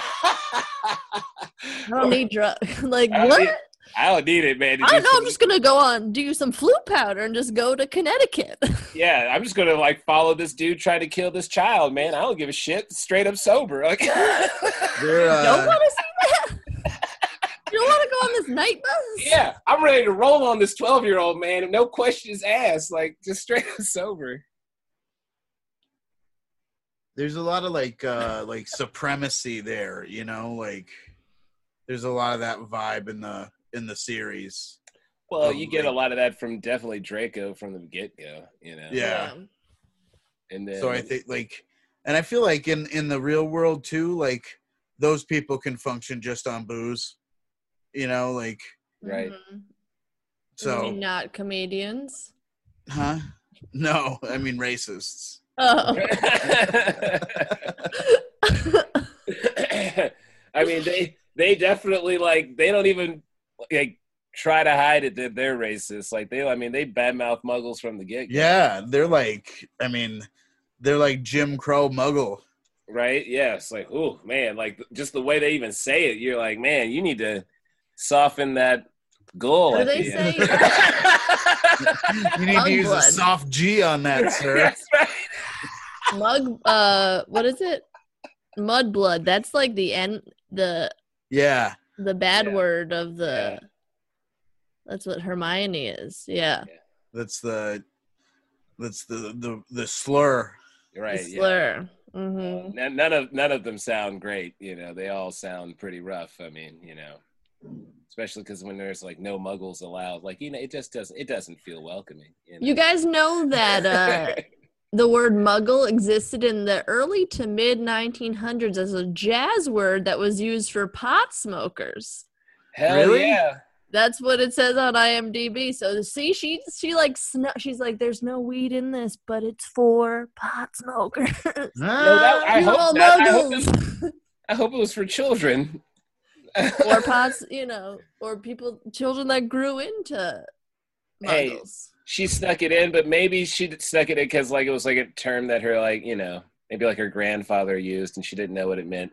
S2: I don't need drugs. like
S3: I don't
S2: what?
S3: need- I don't need it, man. to
S2: I
S3: do
S2: don't know. I'm
S3: some-
S2: just gonna go on do some flu powder and just go to Connecticut.
S3: yeah, I'm just gonna like follow this dude trying to kill this child, man. I don't give a shit. Straight up sober. Like,
S4: they're,
S2: don't
S4: uh,
S2: want to see that. you don't want to go on this night bus.
S3: yeah, I'm ready to roll on this 12 year old man. No questions asked. Like, just straight up sober.
S4: there's a lot of like uh like supremacy there, you know, like there's a lot of that vibe in the in the series.
S3: Well, you get a lot of that from definitely Draco from the get go. You know.
S4: Yeah.
S3: And then
S4: So I think like, and I feel like in in the real world too, like those people can function just on booze, you know, like
S3: Right.
S2: Mhm.
S4: so.
S2: Maybe not comedians.
S4: Huh? No, I mean racists.
S2: Oh.
S3: I mean, they they definitely like they don't even like try to hide it that they're racist. Like they, I mean, they badmouth Muggles from the get,
S4: Yeah, they're like, I mean, they're like Jim Crow muggle.
S3: right? Yeah, it's like, oh man, like just the way they even say it, you're like, man, you need to soften that goal.
S2: Do
S3: at
S2: they
S3: the
S2: say-
S3: end.
S4: You need to use a
S2: Mugwort.
S4: soft G on that, sir.
S3: That's right.
S2: Mug. Uh, what is it? Mudblood. That's like the end. The
S4: Yeah.
S2: the bad
S3: Yeah.
S2: word of the.
S3: Yeah.
S2: That's what Hermione is. Yeah.
S4: That's the that's the the, the slur.
S2: The
S3: Right. Yeah.
S2: slur. hmm
S3: N- None of none of them sound great. You know, they all sound pretty rough. I mean, you know, especially because when there's like no Muggles allowed, like you know, it just doesn't it doesn't feel welcoming. You, know?
S2: You guys know that uh, the word muggle existed in the early to mid 1900s as a jazz word that was used for pot smokers.
S3: Hell
S4: Really?
S3: yeah!
S2: That's what it says on IMDb. So see, she she like snu- she's like, there's no weed in this, but it's for pot smokers.
S3: No, that, I,
S2: Uh, You all
S3: hope not. I, hope
S2: muggles.
S3: it, I hope it was for children.
S2: or pots, you know, or people children that grew into
S3: Hey.
S2: muggles.
S3: she snuck it in, but maybe she snuck it in because like it was like a term that her like you know maybe like her grandfather used and she didn't know what it meant.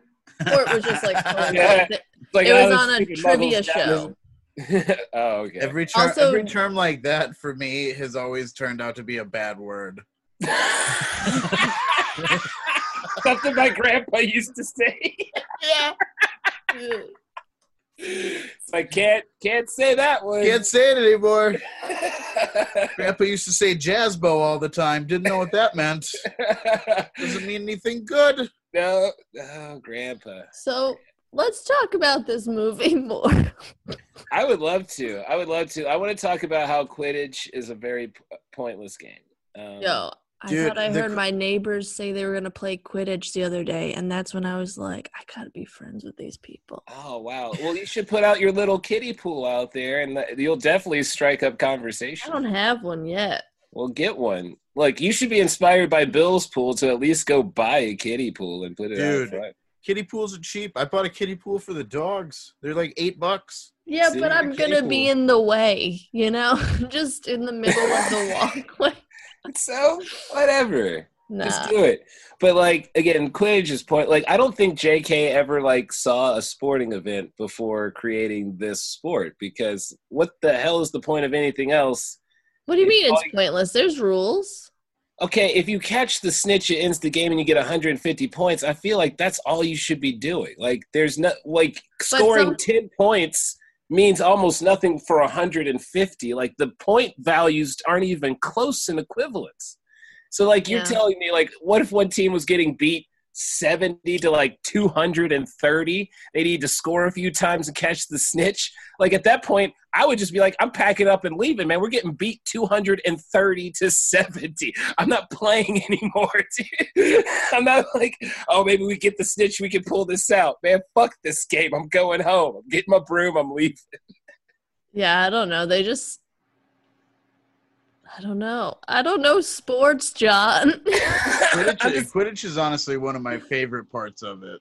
S2: Or it was just like oh,
S3: Yeah.
S2: th-
S3: It's Like,
S2: It was
S3: oh,
S2: on a
S3: stupid
S2: trivia
S3: Muggles down this- oh okay.
S4: Every term,
S2: Also-
S4: every term like that for me has always turned out to be a bad word.
S3: Something my grandpa used to say.
S2: yeah. Yeah.
S3: It's like can't can't say that one.
S4: Can't say it anymore. Grandpa used to say jazzbo all the time. Didn't know what that meant. Doesn't mean anything good.
S3: no, no, grandpa.
S2: So let's talk about this movie more.
S3: I would love to. I would love to. I want to talk about how Quidditch is a very p- pointless game. Um,
S2: Yo, I
S4: Dude,
S2: thought I
S4: the
S2: heard
S4: cr-
S2: my neighbors say they were gonna play Quidditch the other day, and that's when I was like, I gotta be friends with these people.
S3: Oh wow. Well, you should put out your little kiddie pool out there, and th- you'll definitely strike up
S2: I
S3: conversation.
S2: don't have one yet.
S3: Well, get one. Look, you should be inspired by Bill's pool to at least go buy a kiddie pool and put it
S4: Dude.
S3: out front.
S4: Kiddie pools are cheap. I bought a kiddie pool for the dogs. They're like eight bucks.
S2: Yeah,
S3: See,
S2: but I'm
S3: okay,
S2: gonna be
S3: cool.
S2: in the way, you know, just in the middle of the walkway.
S3: So whatever.
S2: Nah.
S3: Just do it. But like again, Quidditch is point. Like I don't think J.K. ever like saw a sporting event before creating this sport because what the hell is the point of anything else?
S2: What do you
S3: It's
S2: mean it's
S3: like-
S2: pointless? There's rules.
S3: Okay, if you catch the snitch, it ends the game and you get 150 points. I feel like that's all you should be doing. Like there's no like scoring
S2: some-
S3: 10 points means almost nothing for 150. Like the point values aren't even close in equivalence. So like you're
S2: Yeah.
S3: telling me like what if one team was getting beat seventy to like two hundred and thirty. They need to score a few times and catch the snitch. Like at that point, I would just be like, I'm packing up and leaving, man. We're getting beat two hundred and thirty to seventy. I'm not playing anymore. Dude. I'm not like, oh, maybe we get the snitch, we can pull this out, man. Fuck this game. I'm going home. I'm getting my broom. I'm leaving.
S2: Yeah, I don't know. They just I don't know. I don't know sports, John.
S3: I'm
S4: Quidditch,
S3: just-
S4: Quidditch is honestly one of my favorite parts of it.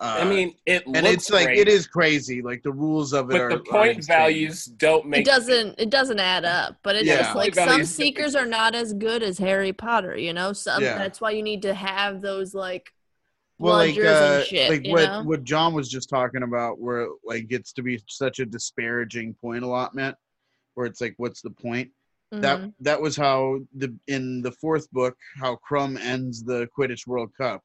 S4: Uh,
S3: I mean, it
S4: and
S3: looks
S4: it's like
S3: great.
S4: it is crazy. Like the rules of it
S3: but
S4: are
S3: the
S4: are
S3: point
S4: insane.
S3: values don't
S2: it
S3: make
S2: doesn't it doesn't add up, but it's
S4: Yeah.
S2: just like
S3: Value
S2: some
S3: is-
S2: seekers are not as good as Harry Potter, you know? Some
S4: Yeah.
S2: that's why you need to have those like
S4: well,
S2: bludgers
S4: like,
S2: and
S4: uh,
S2: shit,
S4: like
S2: you
S4: what
S2: know?
S4: what John was just talking about, where it, like gets to be such a disparaging point allotment, where it's like, what's the point? That
S2: mhm.
S4: that was how the in the fourth book how Crumb ends the Quidditch World Cup,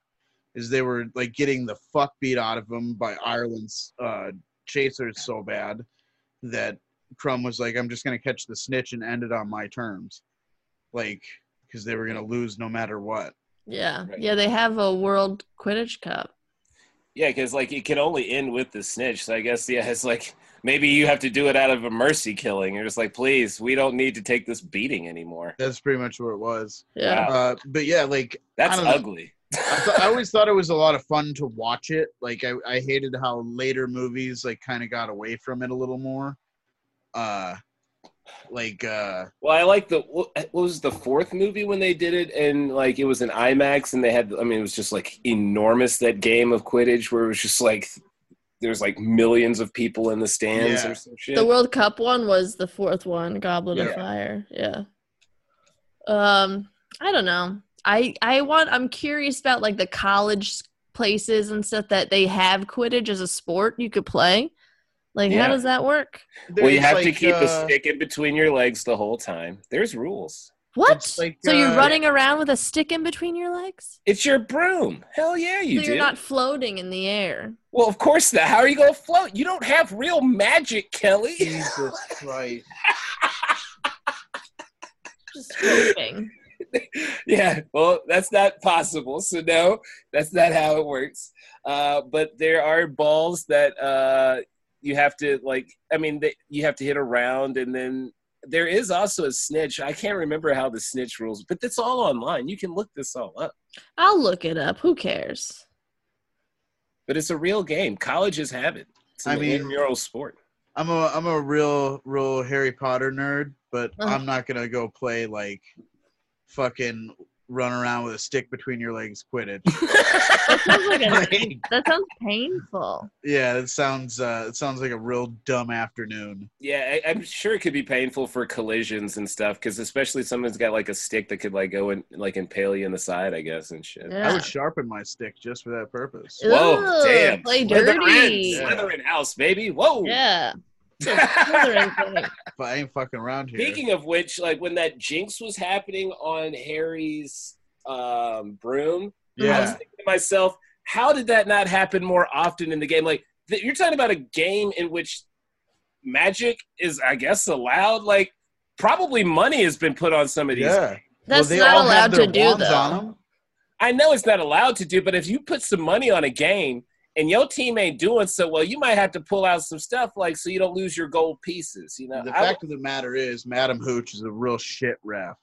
S4: is they were like getting the fuck beat out of them by Ireland's uh, chasers so bad that Crumb was like, I'm just gonna catch the snitch and end it on my terms, like because they were gonna lose no matter what.
S2: Yeah.
S3: Right.
S2: Yeah, they have a World Quidditch Cup.
S3: Yeah, because like it can only end with the snitch. So I guess yeah, it's like maybe you have to do it out of a mercy killing. You're just like, please, we don't need to take this beating anymore.
S4: That's pretty much what it was.
S2: Yeah.
S3: Wow.
S4: Uh, but yeah, like
S3: That's
S4: I don't know.
S3: ugly.
S4: I, th- I always thought it was a lot of fun to watch it. Like I, I hated how later movies like kind of got away from it a little more. Uh, like uh,
S3: well, I like the what what was the fourth movie when they did it, and like it was an IMAX, and they had. I mean, it was just like enormous that game of Quidditch where it was just like there's like millions of people in the stands
S4: Yeah.
S3: or some shit.
S2: The World Cup one was the fourth one, Goblet of
S4: Yeah.
S2: Fire. Yeah. Um, I don't know. I I want. I'm curious about like the college places and stuff that they have Quidditch as a sport you could play. Like,
S3: Yeah.
S2: how does that work?
S3: well, you
S4: there's,
S3: have to
S4: like,
S3: keep
S4: uh,
S3: a stick in between your legs the whole time. There's rules.
S2: What?
S4: It's like,
S2: so you're
S4: uh,
S2: running around with a stick in between your legs?
S3: It's your broom. Hell yeah, you
S2: so
S3: do.
S2: you're not floating in the air.
S3: Well, of course not. How are you going to float? You don't have real magic, Kelly.
S4: Jesus Christ!
S2: Just floating.
S3: yeah, well, that's not possible. So, no, that's not how it works. Uh, but there are balls that uh, you have to, like, I mean, that you have to hit around. And then there is also a snitch. I can't remember how the snitch rules, but it's all online. You can look this all up.
S2: I'll look it up. Who cares?
S3: But it's a real game. Colleges have it. It's
S4: I
S3: an
S4: mean-
S3: intramural sport.
S4: I'm a I'm a real real Harry Potter nerd, but
S2: Uh.
S4: I'm not gonna go play like fucking run around with a stick between your legs Quidditch.
S2: That sounds like a,
S4: like,
S2: that sounds painful.
S4: yeah, it sounds uh, it sounds like a real dumb afternoon.
S3: Yeah, I, I'm sure it could be painful for collisions and stuff because especially someone's got like a stick that could like go and like impale you in the side, I guess, and shit.
S2: Yeah.
S4: I would sharpen my stick just for that purpose.
S3: Whoa,
S2: Ugh,
S3: damn!
S2: Play
S3: Slytherin,
S2: dirty.
S3: Slytherin house, baby. Whoa.
S2: Yeah. Slytherin thing.
S4: But I ain't fucking around here.
S3: Speaking of which, like when that jinx was happening on Harry's um, broom, I was
S4: yeah,
S3: thinking to myself, how did that not happen more often in the game? Like th- you're talking about a game in which magic is, I guess, allowed. Like probably money has been put on some of these
S4: yeah.
S2: That's
S4: Well, they all
S2: not
S4: have
S2: allowed
S4: their
S2: to do
S4: wands
S2: though.
S4: on 'em.
S3: I know it's not allowed to do, but if you put some money on a game and your team ain't doing so well, you might have to pull out some stuff like so you don't lose your gold pieces. You know,
S4: The
S3: I-
S4: fact of the matter is, Madam Hooch is a real shit ref.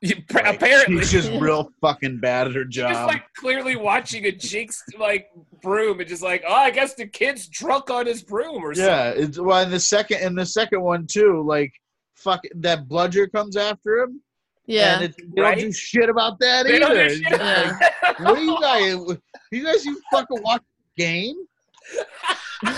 S3: you- pr-
S4: Like,
S3: apparently
S4: she's just real fucking bad at her
S3: You're just
S4: job.
S3: like clearly watching a jinxed like broom and just like, oh, I guess the kid's drunk on his broom or something.
S4: yeah, it's well, and the second and the second one too. Like, fuck, that bludger comes after him.
S2: Yeah.
S4: and it, they
S3: Right?
S4: don't do shit about that
S3: They don't do
S4: either.
S3: shit
S2: about
S4: Like, what do you guys? You guys, you fucking watch the game?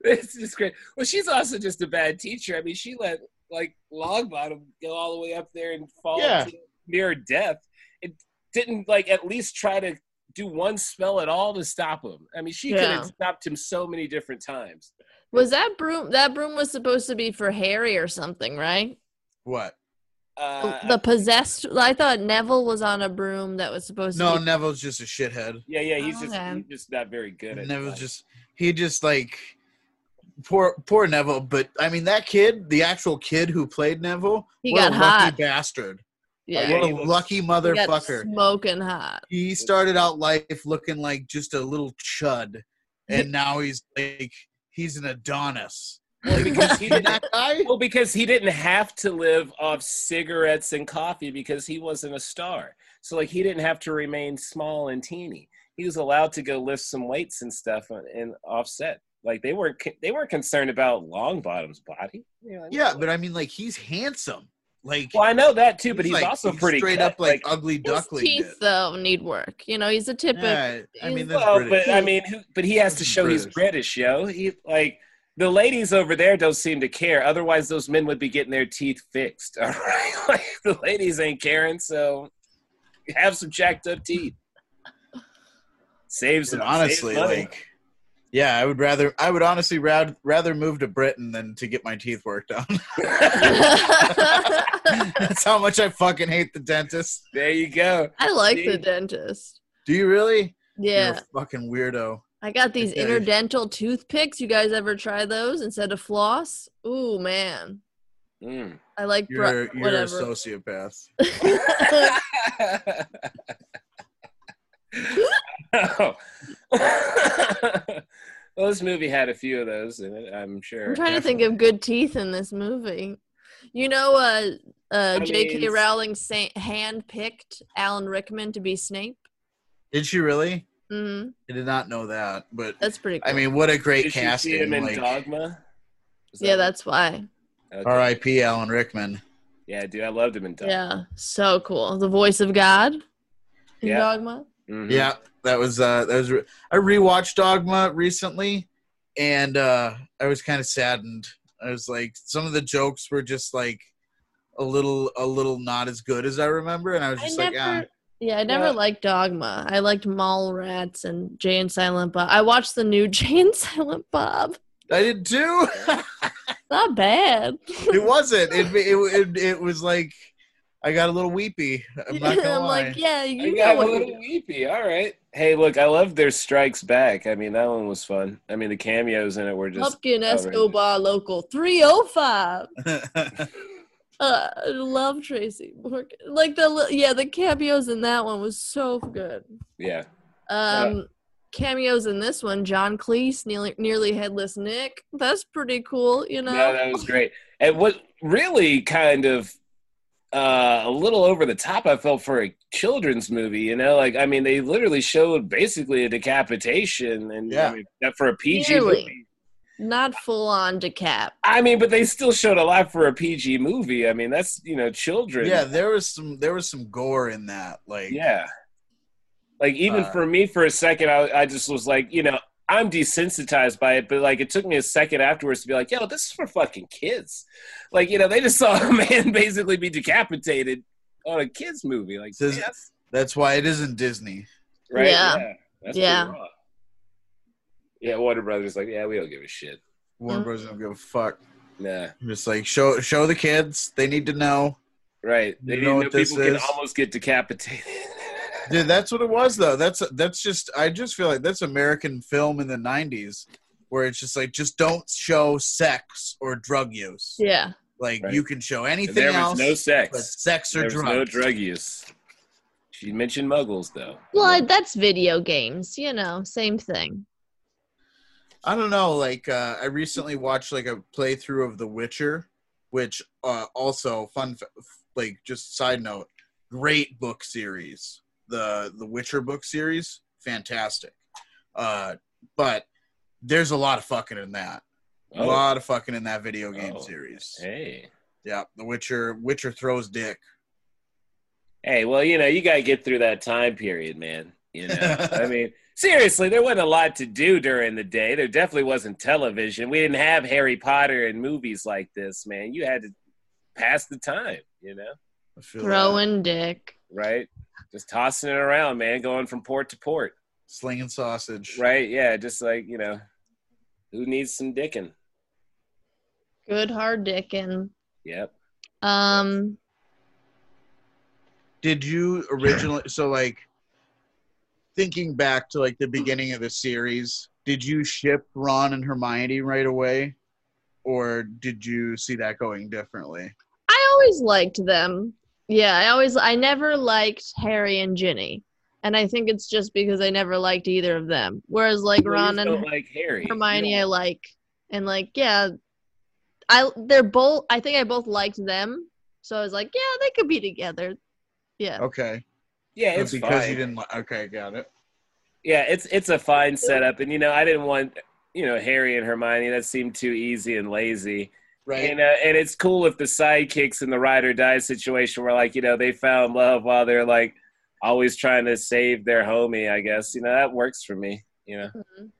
S3: it's just great. Well, she's also just a bad teacher. I mean, she let like Longbottom go all the way up there and fall
S4: Yeah.
S3: to near death. It didn't like at least try to do one spell at all to stop him. I mean, she could
S2: Yeah.
S3: have stopped him so many different times.
S2: Was that broom that broom was supposed to be for Harry or something, right?
S4: What?
S3: Uh,
S2: Oh, the possessed I thought Neville was on a broom that was supposed
S4: No,
S2: to be
S4: Neville's just a shithead.
S3: yeah, yeah, he's just
S2: Okay.
S3: he's just not very good at
S4: Neville's
S3: like-
S4: just he just like poor poor Neville. But I mean that kid, the actual kid who played Neville,
S2: He
S4: what a
S2: got
S4: lucky
S2: hot.
S4: bastard.
S2: Yeah.
S4: What
S3: he
S4: a
S3: was-
S4: lucky
S2: He got
S4: motherfucker.
S2: Smoking hot.
S4: He started out life looking like just a little chud, and now he's like he's an Adonis.
S3: Well, because he
S4: And
S3: didn't,
S4: that guy,
S3: well, because he didn't have to live off cigarettes and coffee because he wasn't a star. So like he didn't have to remain small and teeny. He was allowed to go lift some weights and stuff on- and offset. Like they weren't con- they weren't concerned about Longbottom's body. They're like,
S4: yeah, but I mean, like he's handsome. Like,
S3: well, I know that too, but he's,
S4: like,
S3: also
S4: he's
S3: pretty
S4: straight
S3: cut.
S4: up like, ugly
S2: His
S4: duckling.
S2: teeth
S4: dude.
S2: though need work. You know, he's a typical.
S4: Yeah, I mean, that's
S3: well,
S4: British.
S3: but I mean, who, but he has to
S4: This is
S3: show he's British, yo. He like the ladies over there don't seem to care. Otherwise, those men would be getting their teeth fixed. All right, like the ladies ain't caring, so have some jacked up teeth. Saves
S4: Dude,
S3: some,
S4: honestly,
S3: saves money.
S4: like, yeah, I would rather, I would honestly rather rather move to Britain than to get my teeth worked on. That's how much I fucking hate the dentist.
S3: there you go.
S2: I like the
S3: Dude.
S2: dentist.
S4: Do you really?
S2: Yeah.
S4: You're a fucking weirdo.
S2: I got these
S4: Okay.
S2: interdental toothpicks. You guys ever try those instead of floss? Ooh man,
S3: Mm.
S2: I like br-
S4: You're you're a
S2: whatever.
S4: sociopath.
S3: Oh. well, this movie had a few of those in it, I'm sure.
S2: I'm trying to think of good teeth in this movie. You know, uh, uh,
S3: I
S2: J.K.
S3: mean-
S2: Rowling sa- handpicked Alan Rickman to be Snape.
S4: Did she really?
S2: hmm
S4: I did not know that, but
S2: That's pretty. Cool.
S4: I mean, what a great
S3: Did you
S4: casting!
S3: see him in
S4: like,
S3: Dogma? Was
S2: yeah,
S3: that-
S2: that's why.
S3: okay.
S4: R.I.P. Alan Rickman.
S3: Yeah, dude, I loved him in Dogma.
S2: Yeah, so cool. The voice of God in
S3: Yeah.
S2: Dogma.
S3: Mhm.
S4: Yeah, that was uh, that was. Re- I rewatched Dogma recently, and uh, I was kind of saddened. I was like, some of the jokes were just like a little, a little not as good as I remember, and I was
S2: I
S4: just like,
S2: never.
S4: ah,
S2: Yeah, I never
S3: Well-
S2: liked Dogma. I liked Mallrats and Jay and Silent Bob. I watched the new Jay and Silent Bob.
S4: "Ah, I did too.
S2: Not bad.
S4: it wasn't. It, it it it was like I got a little weepy. I'm not gonna
S2: I'm
S4: lie.
S2: like, yeah,
S3: I
S2: you know
S3: got a
S2: what you
S3: little weepy. All right. Hey, look, I love their strikes back. I mean, that one was fun. I mean, the cameos in it were just.
S2: Pumpkin
S3: outrageous.
S2: Escobar Local 305. Uh, I love Tracy Morgan. Like the li- yeah, the cameos in that one was so good.
S3: Yeah. Uh,
S2: Um, cameos in this one: John Cleese, nearly, nearly headless Nick. That's pretty cool, you know.
S3: No, that was great. And what really kind of uh, a little over the top I felt for a children's movie, you know? Like, I mean, they literally showed basically a decapitation and
S4: Yeah.
S3: I mean, that for a PG
S2: Really?
S3: movie.
S2: Not full on decap.
S3: I mean, but they still showed a lot for a PG movie. I mean, that's you know, children.
S4: yeah, there was some there was some gore in that. Like,
S3: yeah. Like even
S4: Uh,
S3: for me, for a second, I, I just was like, you know, I'm desensitized by it, but like it took me a second afterwards to be like, yo, this is for fucking kids. Like you know, they just saw a man basically be decapitated on a kids movie. Like
S4: This is-
S3: that's-
S4: that's why it isn't Disney.
S3: right?
S2: Yeah.
S3: That's
S2: Yeah.
S3: pretty raw. Yeah, Warner Brothers is like, yeah, we don't give a shit.
S4: Warner
S2: Mm.
S4: Bros. don't give a fuck.
S3: Nah.
S4: I'm just like show show the kids. They need to know.
S3: Right.
S4: You
S3: They
S4: know
S3: didn't know
S4: what this
S3: people can
S4: is?
S3: almost get decapitated.
S4: Dude, that's what it was though. That's that's just I just feel like that's American film in the '90s, where it's just like just don't show sex or drug use.
S2: Yeah,
S4: Like
S3: Right.
S4: you can show
S3: And
S4: anything
S3: there
S4: else,
S3: was no sex.
S4: but sex or
S3: There's
S4: drugs.
S3: no drug use. She mentioned muggles though.
S2: well, that's video games. You know, same thing.
S4: I don't know. Like uh, I recently watched like a playthrough of The Witcher, which uh, also fun. fa- f- Like just side note, great book series. The The Witcher book series, fantastic. Uh, but there's a lot of fucking in that. A
S3: Oh,
S4: lot of fucking in that video game
S3: Oh.
S4: series.
S3: hey.
S4: Yeah, The Witcher. Witcher throws dick.
S3: Hey, well, you know, you gotta get through that time period, man. You know. I mean, seriously, there wasn't a lot to do during the day. There definitely wasn't television. We didn't have Harry Potter and movies like this, man. You had to pass the time, you know,
S4: I feel that.
S2: Throwing dick.
S3: right? Just tossing it around, man, going from port to port.
S4: slinging sausage.
S3: Right? Yeah, just like, you know, who needs some dicking?
S2: Good hard dicking.
S3: Yep.
S2: Um,
S4: did you originally so like thinking back to like the beginning of the series did you ship ron and hermione right away or did you see that going differently
S2: I always liked them. Yeah, I always I never liked Harry and Ginny. And I think it's just because I never liked either of them. Whereas like
S3: Well, you
S2: Ron
S3: don't
S2: and
S3: like Harry.
S2: Hermione
S3: You
S2: I like. And like, yeah, I they're both I think I both liked them. So I was like, yeah, they could be together. Yeah.
S4: Okay.
S3: Yeah, it's
S4: because
S3: fine.
S4: you didn't. Li- okay, got it.
S3: Yeah, it's it's a fine setup, and you know I didn't want you know Harry and Hermione. That seemed too easy and lazy.
S4: Right.
S3: And uh, and it's cool if the sidekicks in the ride or die situation were like you know they found love while they're like always trying to save their homie. I guess you know that works for me. You know,
S2: Mhm.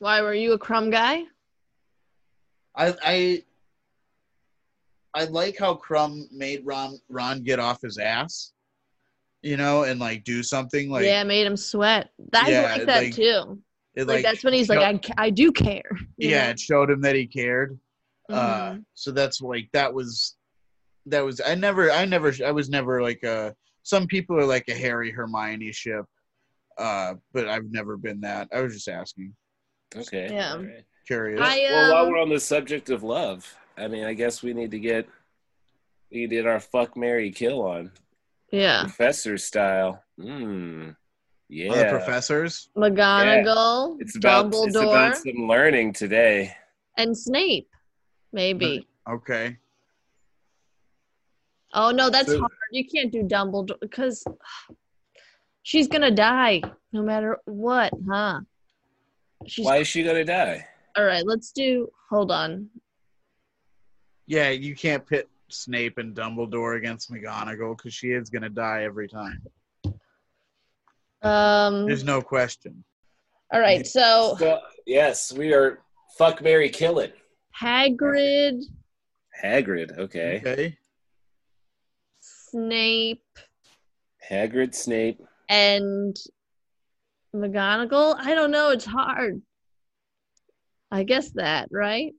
S2: Why were you a crumb guy?
S4: I I I like how Crumb made Ron Ron get off his ass, you know, and like do something like
S2: yeah, made him sweat. That,
S4: Yeah,
S2: I like that
S4: like-
S2: too.
S4: it,
S2: Like, that's when he's
S4: show-
S2: like, I, ca- I do care. you
S4: yeah,
S2: know?
S4: it showed him that he cared. Uh,
S2: Mhm.
S4: so that's like that was that was I never I never I was never like a some people are like a Harry Hermione ship, uh, but I've never been that. I was just asking,
S3: okay.
S2: Yeah.
S3: all right.
S4: curious.
S2: I,
S3: well, while
S2: um,
S3: we're on the subject of love, I mean, I guess we need to get we did our fuck Mary kill on
S2: Mm-hmm. yeah.
S3: professor style. Hmm. Yeah.
S4: Are the professors.
S2: McGonagall,
S3: It's about
S2: Dumbledore,
S3: it's about some learning today.
S2: and Snape, maybe.
S4: Okay.
S2: Oh no, that's
S3: So-
S2: hard. You can't do Dumbledore because she's gonna die no matter what, huh? She's
S3: Why is she gonna die?
S2: all right. Let's do. Hold on.
S4: Yeah, you can't pit Snape and Dumbledore against McGonagall because she is gonna die every time.
S2: Um.
S4: There's no question.
S2: All right. So
S3: So, yes, we are fuck Mary kill it.
S2: Hagrid,
S3: Hagrid, okay.
S4: Okay.
S2: Snape,
S3: Hagrid Snape.
S2: and McGonagall. I don't know. It's hard. I guess that right.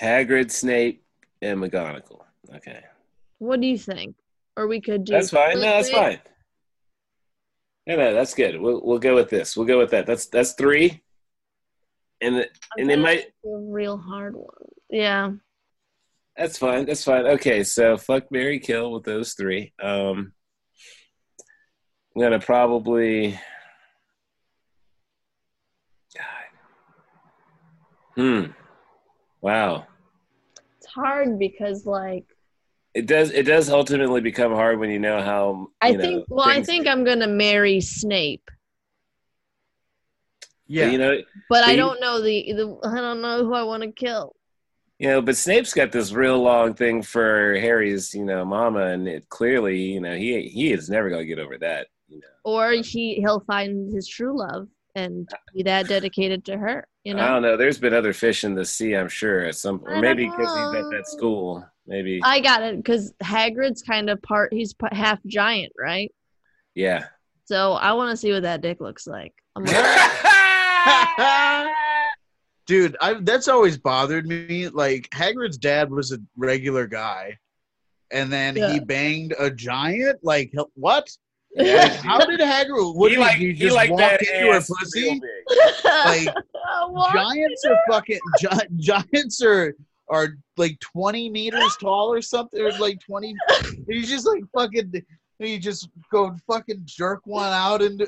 S3: Hagrid Snape and McGonagall. Okay.
S2: What do you think? Or we could do.
S3: That's fine. No, that's
S2: Flitwick.
S3: fine. No, no, that's good. We'll we'll go with this. We'll go with that. That's that's three. And
S2: I'm
S3: the- and it
S2: trying to
S3: might
S2: do a real hard one. Yeah.
S3: That's fine. That's fine. Okay, so fuck Mary Kill with those three. Um I'm gonna probably God. Hmm. Wow.
S2: It's hard because like
S3: It does it does ultimately become hard when you know how
S2: I
S3: you know,
S2: think well I
S3: things-
S2: think I'm gonna marry Snape.
S4: Yeah.
S3: you know
S2: But I
S3: See?
S2: don't know the, the I don't know who I wanna kill.
S3: you know, but Snape's got this real long thing for Harry's, you know, mama and it clearly, you know, he he is never gonna get over that. You know.
S2: Or he he'll find his true love and be that dedicated to her, you
S3: I
S2: know?
S3: don't know. There's been other fish in the sea, I'm sure, at some
S2: I
S3: point.
S2: don't
S3: Maybe because he's at
S2: know.
S3: that school. Maybe.
S2: I got it because Hagrid's kind of part he's p- half giant, right?
S3: yeah.
S2: So I wanna see what that dick looks like. I'm like,
S4: Dude, I, that's always bothered me. Like Hagrid's dad was a regular guy, and then he
S2: Yeah.
S4: banged a giant. Like he- what?
S3: Yeah.
S4: How did Hagrid? What
S3: he
S4: did
S3: like,
S4: he
S3: he
S4: just
S3: like
S4: walk
S3: that
S4: into a
S3: ass real
S4: pussy?
S3: big.
S4: Like
S2: What?
S4: giants are fucking gi- giants are are like 20 meters tall or something or like 20 and you just like fucking you just go fucking jerk one out and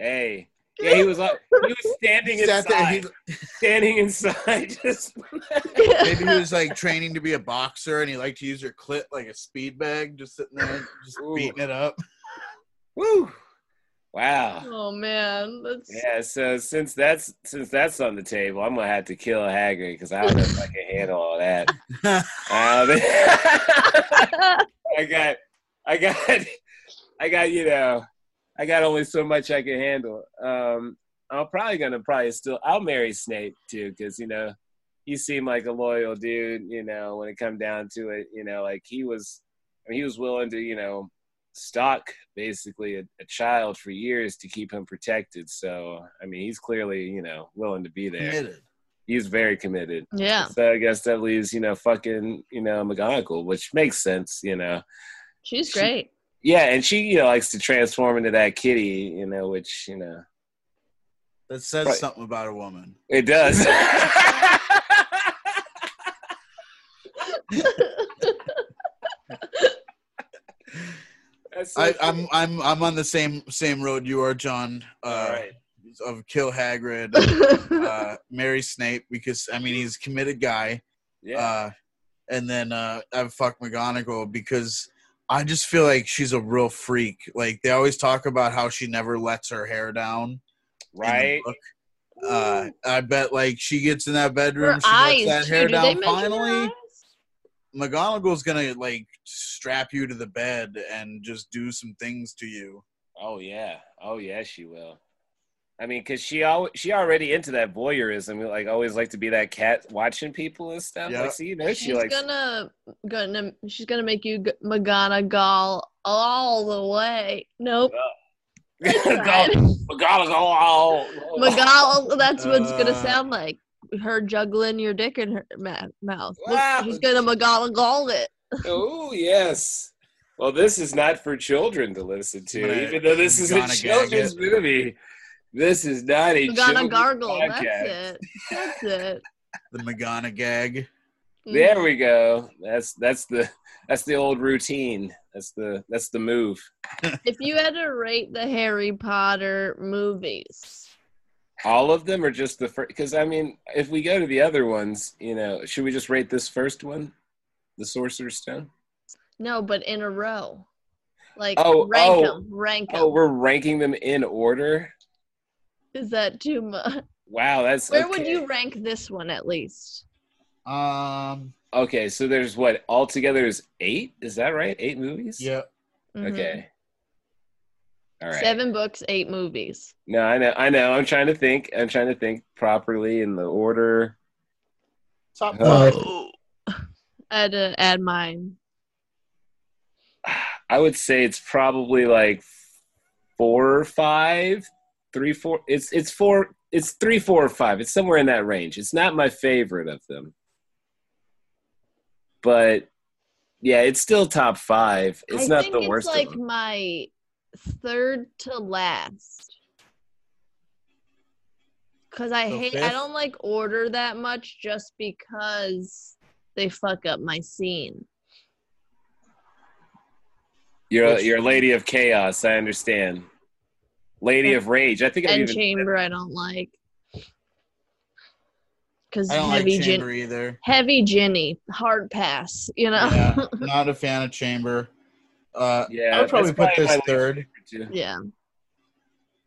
S3: Hey. Yeah, he was like, he was standing
S4: sat there. He,
S3: inside. standing inside. Just
S4: maybe he was like training to be a boxer and he liked to use your clit like a speed bag just sitting there just
S3: Ooh.
S4: beating it up
S3: woo. Wow.
S2: Oh man, that's
S3: Yeah, so since that's since that's on the table, I'm gonna have to kill Hagrid because I don't know if I can handle all that. Um, I got, I got, I got. You know, I got only so much I can handle. Um, I'm probably gonna probably still. I'll marry Snape too, because you know, he seemed like a loyal dude. You know, when it come down to it, you know, like he was, I mean, he was willing to, you know, stalk basically a, a child for years to keep him protected. So, I mean, he's clearly, you know, willing to be there.
S4: Committed.
S3: He's very committed.
S2: yeah.
S3: So I guess that leaves, you know, fucking, you know, McGonagall, which makes sense, you know.
S2: She's
S3: She-
S2: great.
S3: Yeah, and she, you know, likes to transform into that kitty, you know, which, you know,
S4: that says
S3: Right.
S4: something about a woman
S3: it does. That's so
S4: I,
S3: true.
S4: I'm I'm I'm on the same same road you are, John. Uh,
S3: All right.
S4: Of kill Hagrid, uh, marry Snape because I mean he's a committed guy.
S3: Yeah.
S4: Uh, and then uh, I fuck McGonagall because I just feel like she's a real freak. Like they always talk about how she never lets her hair down. in the
S3: right.
S4: book. Uh, I bet like she gets in that bedroom,
S2: Her
S4: she
S2: eyes,
S4: lets that
S2: too.
S4: hair
S2: Do they
S4: down.
S2: measure her
S4: Finally,
S2: eyes?
S4: McGonagall's gonna like strap you to the bed and just do some things to you.
S3: Oh yeah. Oh yeah, she will. I mean, cause she always she already into that voyeurism, like always like to be that cat watching people and stuff.
S4: Yeah.
S3: Like, so you know,
S2: she's
S3: she likes.
S2: gonna gonna she's gonna make you g- McGonagall all the way. Nope.
S3: Go- McGonagall. oh, oh.
S2: McGonagall. That's what it's gonna
S4: Uh,
S2: sound like. Her juggling your dick in her ma- mouth. Look,
S3: Wow.
S2: She's gonna McGonagall it.
S3: Oh yes. Well, this is not for children to listen to,
S4: But, uh,
S3: even though this is a
S4: Gonna gag
S3: children's movie. This is not a children's
S2: McGonagall. That's
S3: podcast.
S2: it. That's it. Mm.
S4: The Magana gag.
S3: There we go. That's that's the that's the old routine. That's the that's the move.
S2: If you had to rate the Harry Potter movies,
S3: All of them are just the first. Because I mean, if we go to the other ones, you know, should we just rate this first one, the Sorcerer's Stone?
S2: no, but in a row, like
S3: Oh,
S2: rank
S3: oh.
S2: them, rank them.
S3: Oh, we're ranking them in order.
S2: Is that too much?
S3: Wow, that's
S2: Where would
S3: okay.
S2: you rank this one at least?
S4: Um.
S3: Okay, so there's what altogether is eight. Is that right? Eight movies.
S4: Yeah.
S2: Mhm.
S3: Okay. All right.
S2: Seven books, eight movies.
S3: No, I know. I know. I'm trying to think. I'm trying to think properly in the order.
S4: Top
S3: Uh,
S4: five.
S2: Oh, I had to add mine.
S3: I would say it's probably like four or five, three, four. It's it's four. It's three, four, or five. It's somewhere in that range. It's not my favorite of them, but yeah, it's still top five. It's
S2: I
S3: not
S2: think
S3: the
S2: it's
S3: worst.
S2: like
S3: of them.
S2: my third to last. Cause I
S4: So
S2: hate I
S4: fifth?
S2: don't like order that much just because they fuck up my scene.
S3: You're
S4: Which-
S3: you're a lady of chaos. I understand. Lady of rage. I think I've
S2: And
S3: even
S2: chamber I don't like. Cause
S4: I don't like
S2: heavy gin
S4: chamber either.
S2: heavy Ginny, hard pass, you know?
S4: Yeah, not a fan of chamber. Uh,
S3: yeah.
S4: I would probably
S3: that's
S4: put
S3: my
S4: this
S3: least
S4: third.
S3: favorite, too.
S2: yeah.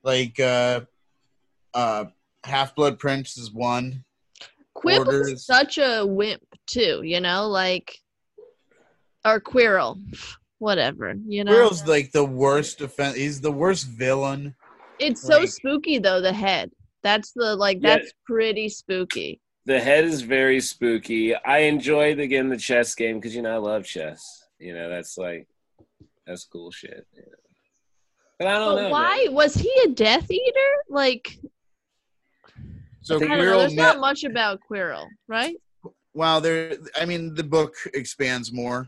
S4: Like uh, uh, Half Blood Prince is one.
S2: Quibble
S4: Orders.
S2: is such a wimp too, you know, like or Quirrell, whatever, you know.
S4: Quirrell's like the worst offense. He's the worst villain.
S2: it's so
S4: like-
S2: spooky though. The head. That's the like.
S3: Yeah.
S2: That's pretty spooky.
S3: The head is very spooky. I enjoyed again the chess game because you know I love chess. You know that's like that's cool shit. you know. But I don't
S2: But
S3: know.
S2: why
S3: man.
S2: was he a Death Eater? Like
S4: So
S2: I don't know.
S4: Quirrell.
S2: There's
S4: Met,
S2: not much about Quirrell, right?
S4: wow, there. I mean, the book expands more.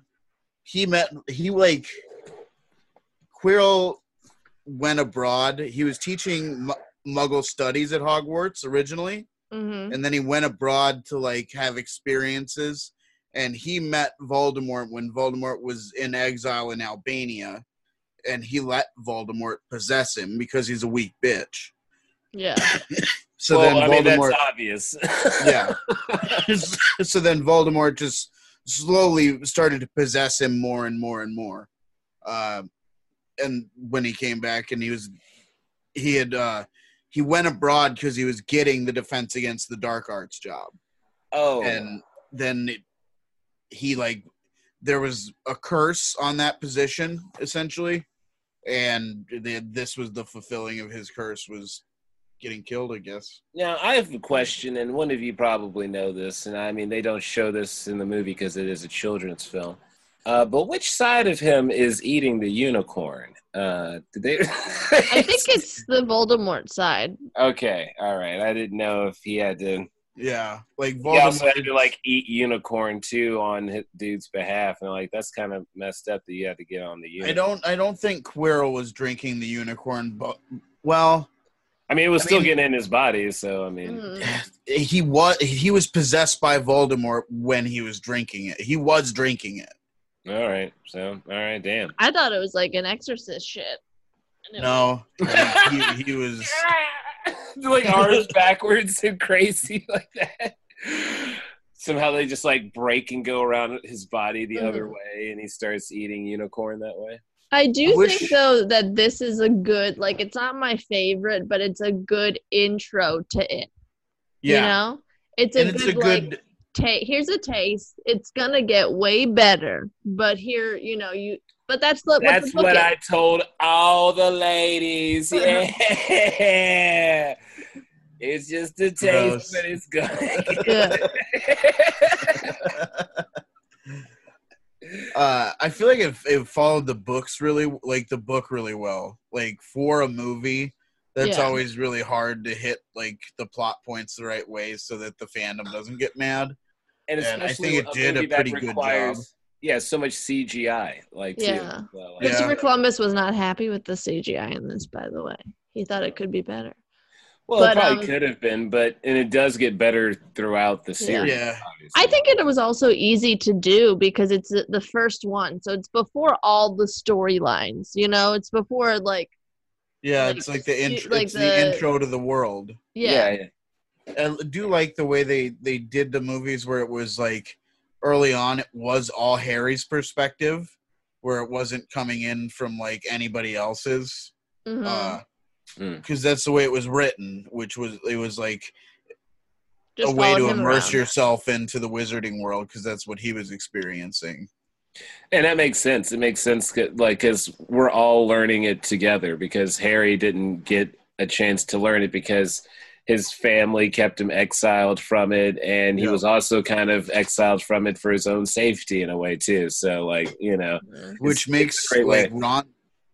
S4: He met. He like. Quirrell went abroad. He was teaching mu- Muggle studies at Hogwarts originally.
S2: Mm-hmm.
S4: and then he went abroad to like have experiences and he met Voldemort when Voldemort was in exile in Albania and he let Voldemort possess him because he's a weak bitch.
S2: Yeah.
S4: So
S3: well,
S4: then
S3: I mean
S4: Voldemort
S3: that's obvious.
S4: yeah. so then Voldemort just slowly started to possess him more and more and more. Um and when he came back, and he was, he had, uh, he went abroad because he was getting the Defense Against the Dark Arts job,
S3: oh,
S4: and then it, he like, there was a curse on that position essentially, and the, this was the fulfilling of his curse was getting killed, I guess.
S3: Now, I have a question, and one of you probably know this, and I mean, they don't show this in the movie because it is a children's film. Uh, but which side of him is eating the unicorn? Uh, did they?
S2: I think it's the Voldemort side.
S3: okay, all right. I didn't know if he had to.
S4: Yeah, like
S3: He also had to
S4: Voldemort-
S3: like eat unicorn too on his dude's behalf, and like that's kind of messed up that you had to get on the unicorn.
S4: I don't. I don't think Quirrell was drinking the unicorn, but well,
S3: I mean, it was
S4: I
S3: still
S4: mean-
S3: getting in his body, so I mean,
S2: Mm.
S4: he was he was possessed by Voldemort when he was drinking it. He was drinking it.
S3: All right. So, all right. Damn.
S2: I thought it was like an exorcist shit. And it
S4: No, he, he was.
S3: like arms backwards and crazy like that. Somehow they just like break and go around his body the other way, and he starts eating unicorn that way.
S2: I do
S4: I wish-
S2: think though that this is a good like it's not my favorite, but it's a good intro to it. You
S4: Yeah,
S2: know? It's a
S4: and
S2: good
S4: it's a
S2: like
S4: good.
S2: ta- here's a taste. It's gonna get way better. But here, you know, you but that's the, what
S3: That's
S2: the book
S3: what
S2: is. Uh-huh.
S3: I told all the ladies. Yeah. It's just a taste,
S4: Gross.
S3: but it's good.
S2: Yeah.
S4: Uh, I feel like it, it followed the books really, like the book really well. Like for a movie, that's
S2: Yeah.
S4: always really hard to hit like the plot points the right way so that the fandom doesn't get mad.
S3: and
S4: And I think
S3: especially
S4: it did a
S3: movie that
S4: pretty good job.
S3: Yeah, so much CGI. Like, too.
S2: Yeah.
S3: Well, like-
S4: Yeah.
S2: Christopher Columbus was not happy with the CGI in this, by the way. He thought it could be better.
S3: Well,
S2: But,
S3: it probably
S2: um,
S3: could have been, but and it does get better throughout the series.
S4: Yeah.
S3: obviously.
S2: I think it was also easy to do because it's the- the first one. So it's before all the storylines, you know? It's before like
S4: Yeah,
S2: Like,
S4: it's like the
S2: you-
S4: intro.
S2: like
S4: it's the,
S2: the-
S4: intro to the world.
S2: yeah.
S3: yeah,
S4: I do like the way they they did the movies where it was like early on it was all Harry's perspective, where it wasn't coming in from like anybody else's.
S2: mhm.
S4: because
S3: Mm.
S4: that's the way it was written, which was it was like a
S2: Just
S4: way
S2: followed
S4: to
S2: him
S4: immerse
S2: around.
S4: yourself into the wizarding world because that's what he was experiencing.
S3: and that makes sense. It makes sense, 'cause- like, because we're all learning it together. Because Harry didn't get a chance to learn it because his family kept him exiled from it, and he
S4: Yeah.
S3: was also kind of exiled from it for his own safety in a way too. So, like, you know,
S2: Mhm.
S3: It's-
S4: which makes
S3: it's a great
S4: like Ron,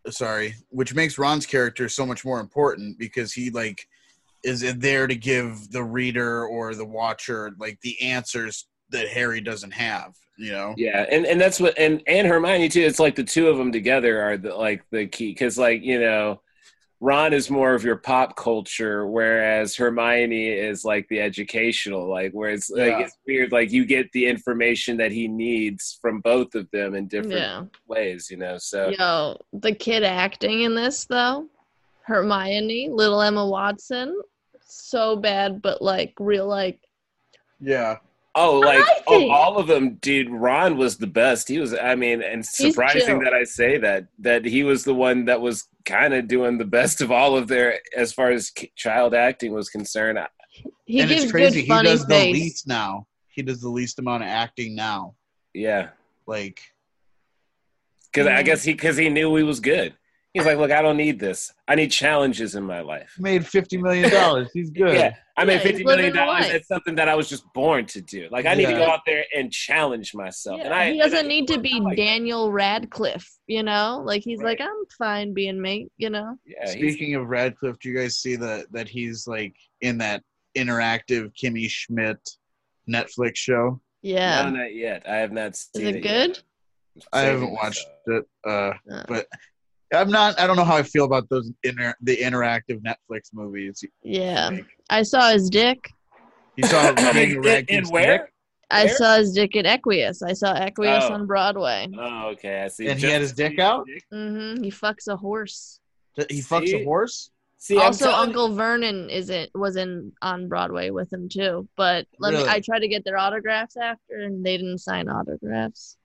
S4: sorry, which makes Ron's character so much more important because he like is in there to give the reader or the watcher like the answers that Harry doesn't have. You know,
S3: Yeah, and and that's what and and Hermione too. It's like the two of them together are the, like the key because like you know, Ron is more of your pop culture, whereas Hermione is like the educational, like where it's like
S4: Yeah.
S3: it's weird. Like you get the information that he needs from both of them in different
S2: Yeah.
S3: ways, you know. So
S2: Yo, the kid acting in this though, Hermione, little Emma Watson, so bad, but like real like
S4: yeah,
S3: oh, like
S2: I
S3: oh,
S2: think-
S3: all of them, dude. Ron was the best. He was. I mean, and surprising
S2: chill.
S3: that I say that that he was the one that was kind of doing the best of all of their as far as ki- child acting was concerned.
S2: he
S4: and
S2: gives
S4: it's crazy.
S2: good
S4: He
S2: funny
S4: does the
S2: face.
S4: least now. He does the least amount of acting now.
S3: Yeah,
S4: Like
S3: because I
S2: Mhm.
S3: guess he because he knew we was good. He's like, look, I don't need this. I need challenges in my life.
S4: made fifty million dollars. He's good.
S3: Yeah, I made
S2: Yeah,
S3: fifty
S2: he's
S3: million
S2: living the
S3: dollars.
S2: life.
S3: That's something that I was just born to do. Like I need to
S4: Yeah.
S3: go out there and challenge myself. and
S2: Yeah,
S3: I
S2: he doesn't
S3: and I-
S2: need to be
S3: like that.
S2: Daniel Radcliffe, you know? Like he's
S3: Right.
S2: like, I'm fine being me, you know?
S3: Yeah, he's-
S4: Speaking of Radcliffe, do you guys see that that he's like in that interactive Kimmy Schmidt Netflix show?
S2: Yeah.
S3: no, not yet. I have not seen
S2: it
S3: it. yet.
S2: good?
S3: I'm
S4: I
S3: saving
S4: haven't watched
S3: myself.
S4: it, uh,
S2: Uh.
S4: but I'm not. I don't know how I feel about those inter the interactive Netflix movies.
S2: Yeah.
S4: Like,
S2: I saw his dick.
S4: You saw Daniel
S3: In- in,
S4: Radcliffe's
S3: where?
S2: I
S3: Where?
S2: saw his dick at Equius. I saw Equius
S3: Oh.
S2: on Broadway.
S3: Oh, okay. I see.
S4: And he had his dick
S3: see-
S4: out?
S2: hmm He fucks a horse.
S4: dick? He fucks
S3: See?
S4: a horse.
S3: See, I'm
S2: also,
S3: telling-
S2: Uncle Vernon isn't was in on Broadway with him too. But let me.
S4: Really?
S2: I tried to get their autographs after, and they didn't sign autographs.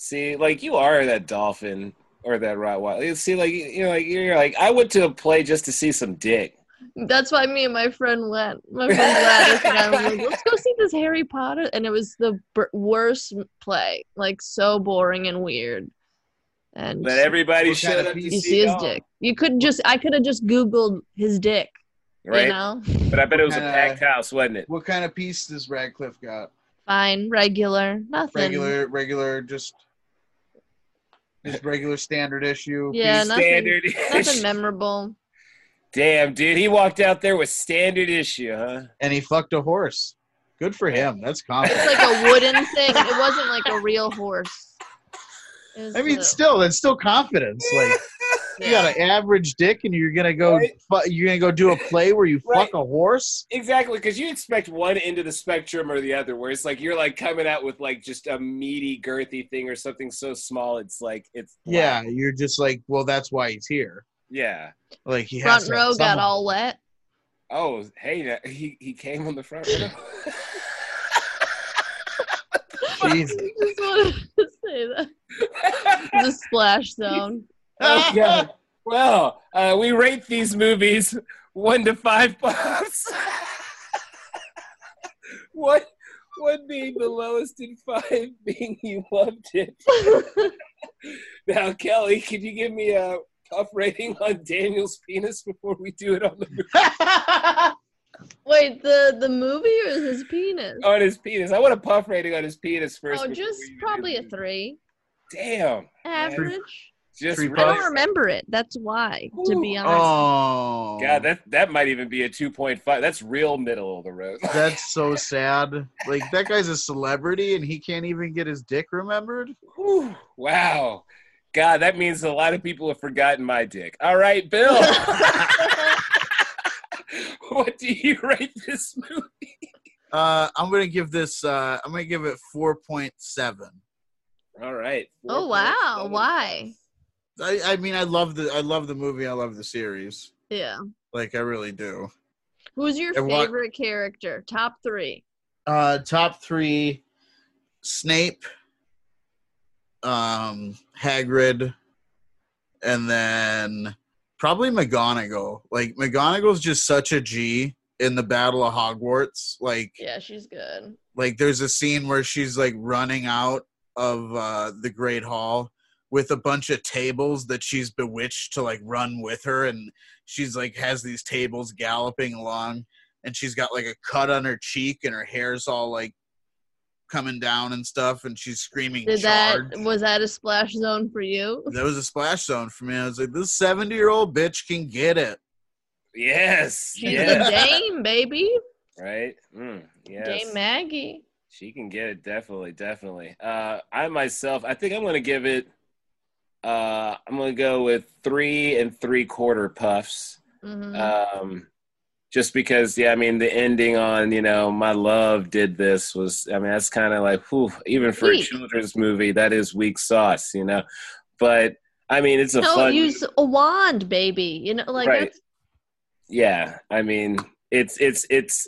S3: See, like you are that dolphin or that Rottweiler. You See, like you- you're like you're like I went to a play just to see some dick.
S2: That's why me and my friend went. My friend Gladys and I were like, let's go see this Harry Potter, and it was the b- worst play. Like so boring and weird. And
S3: But everybody
S4: What kind
S3: showed
S4: of
S3: up to
S4: piece?
S2: you see his
S3: y'all,
S2: dick. You could just. I could have just Googled his dick.
S3: right?
S2: You know,
S3: But I bet it was a
S4: Uh,
S3: packed house, wasn't it?
S4: What kind of piece does Radcliffe got?
S3: Um,
S2: fine, regular, nothing.
S4: Regular, regular, just just regular standard issue.
S2: Yeah,
S3: He's
S2: nothing-
S3: standard
S2: Nothing
S3: issue.
S2: memorable.
S3: Damn, dude, he walked out there with standard issue, huh?
S4: and he fucked a horse. Good for him. That's
S2: It's
S4: confident.
S2: like a wooden thing. It wasn't like a real horse. It was
S4: I mean,
S2: a-
S4: still, it's still confidence. Like
S5: You got an average dick, and you're gonna go.
S3: Right.
S5: Fu- you're gonna go do a play where you
S3: Right.
S5: fuck a horse.
S3: Exactly, because you expect one end of the spectrum or the other, where it's like you're like coming out with like just a meaty, girthy thing or something so small it's like it's
S5: Yeah, you're just like, well, that's why he's here.
S3: yeah.
S5: Like he has
S2: Front
S5: to
S2: row
S5: have
S2: got
S5: someone.
S2: all wet.
S3: Oh, hey, he he came on the front row.
S5: Jesus.
S2: I just wanted to say that. The splash zone.
S3: oh, God. Well, uh, we rate these movies one to five pops. what would be the lowest in five being you loved it? now, Kelly, could you give me a tough rating on Daniel's penis before we do it on the
S2: Wait, the the movie or is his penis?
S3: on his penis? I want a puff rating on his penis first.
S2: Oh,
S3: before
S2: just
S3: we do
S2: probably a
S3: the-
S2: three.
S3: Damn.
S2: Average.
S3: Just
S5: Three
S2: I don't
S5: puffs.
S3: right.
S2: remember it. That's why, to be
S3: Ooh,
S2: honest.
S5: Oh,
S4: Um,
S3: God, that that might even be a two point five. That's real middle of the road.
S5: that's so sad. Like that guy's a celebrity, and he can't even get his dick remembered.
S3: Whew, wow. God, that means a lot of people have forgotten my dick. All right, Bill. what do you rate this movie?
S4: Uh, I'm gonna give this. Uh, I'm gonna give it 4.7.
S3: All right.
S2: Oh, wow. Why?
S4: I, I mean, I love the. I love the movie. I love the series.
S2: Yeah.
S4: Like I really do.
S2: Who's your
S4: And what-
S2: favorite character? Top three.
S4: Uh, top three: Snape, um, Hagrid, and then probably McGonagall. Like McGonagall's just such a G in the Battle of Hogwarts. Like,
S2: Yeah, she's good.
S4: like there's a scene where she's like running out of uh, the Great Hall with a bunch of tables that she's bewitched to like run with her, and she's like has these tables galloping along, and she's got like a cut on her cheek, and her hair's all like coming down and stuff, and she's screaming.
S2: Did
S4: charge.
S2: that was that a splash zone for you?
S4: That was a splash zone for me. I was like, this 70 year old bitch can get it.
S3: Yes.
S2: She's
S3: yes.
S2: the dame, baby.
S3: Right? Mm, yes.
S2: Dame Maggie.
S3: She can get it definitely, definitely. Uh, I myself, I think I'm gonna give it. Uh, I'm gonna go with three and three quarter puffs.
S2: Mhm.
S3: Um, just because, yeah, I mean, the ending on you know, my love did this was, I mean, that's kind of like, whew, even for a
S2: Weak.
S3: children's movie, that is weak sauce, you know. But I mean, it's a
S2: Don't
S3: fun,
S2: use a wand, baby. You know, like
S3: Right.
S2: that's
S3: yeah. I mean, it's it's it's.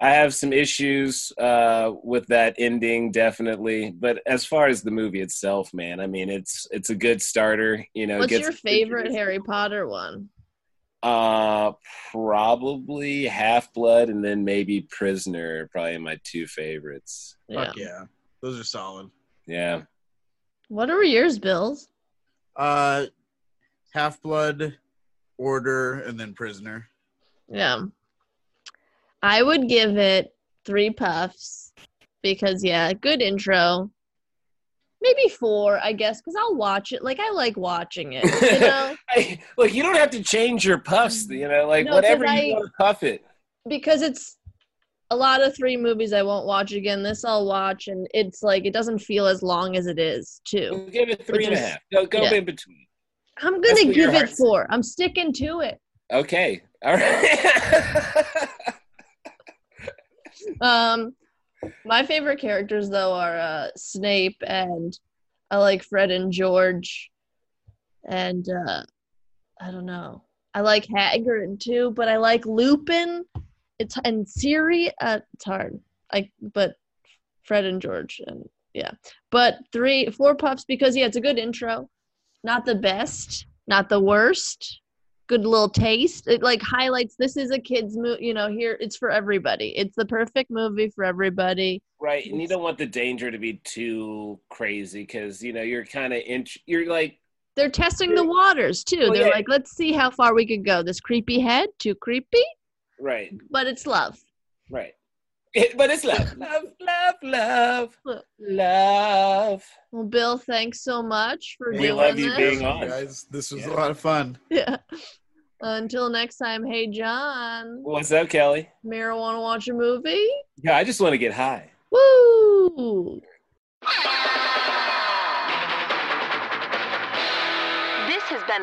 S3: I have some issues uh, with that ending, definitely. But as far as the movie itself, man, I mean, it's it's a good starter, you know.
S2: what's
S3: gets
S2: your
S3: us
S2: favorite
S3: introduced.
S2: Harry Potter one?
S3: Uh, probably Half Blood, and then maybe Prisoner. are Probably my two favorites.
S2: Yeah.
S4: Fuck yeah. Those are solid.
S3: Yeah.
S2: What are yours, Bills?
S4: Uh, Half Blood, Order, and then Prisoner.
S2: Yeah. I would give it three puffs because, yeah, good intro. Maybe four, I guess, because I'll watch it. Like, I like watching it. You know?
S3: I, look, you don't have to change your puffs. You know, like
S2: No, 'cause
S3: whatever you
S2: I-
S3: want to puff it.
S2: because it's a lot of three movies I won't watch again. This I'll watch, and it's like, it doesn't feel as long as it is, too.
S3: Give it three
S2: Which
S3: and a
S2: is-
S3: half. Go, go
S2: yeah.
S3: in between.
S2: I'm
S3: That's
S2: going to
S3: what your
S2: give it
S3: heart's-
S2: four. I'm sticking to it.
S3: Okay. All right.
S2: Um, my favorite characters though are uh, Snape and I like Fred and George, and uh, I don't know. I like Hagrid too, but I like Lupin. It's and Siri. Uh, it's hard. I but Fred and George and yeah, but three four puffs because yeah, it's a good intro. Not the best, not the worst. Good little taste. It like highlights this is a kids movie. You know, here it's for everybody. It's the perfect movie for everybody.
S3: right, and you don't want the danger to be too crazy because you know you're kind of in. You're like
S2: They're testing the waters too.
S3: Well,
S2: They're
S3: yeah.
S2: like, let's see how far we could go. This creepy head, too creepy,
S3: right,
S2: but it's love.
S3: right. It- but it's love, love, love, love,
S2: Look.
S3: love.
S2: Well, Bill, thanks so much for
S3: We
S2: doing
S3: love you,
S2: this.
S3: being on.
S4: guys. This was
S3: Yeah.
S4: a lot of fun.
S2: Yeah. Until next time, hey John,
S3: What's up, Kelly?
S2: Mira, want to watch a movie?
S3: Yeah, I just want to get high.
S2: Woo!
S1: This has been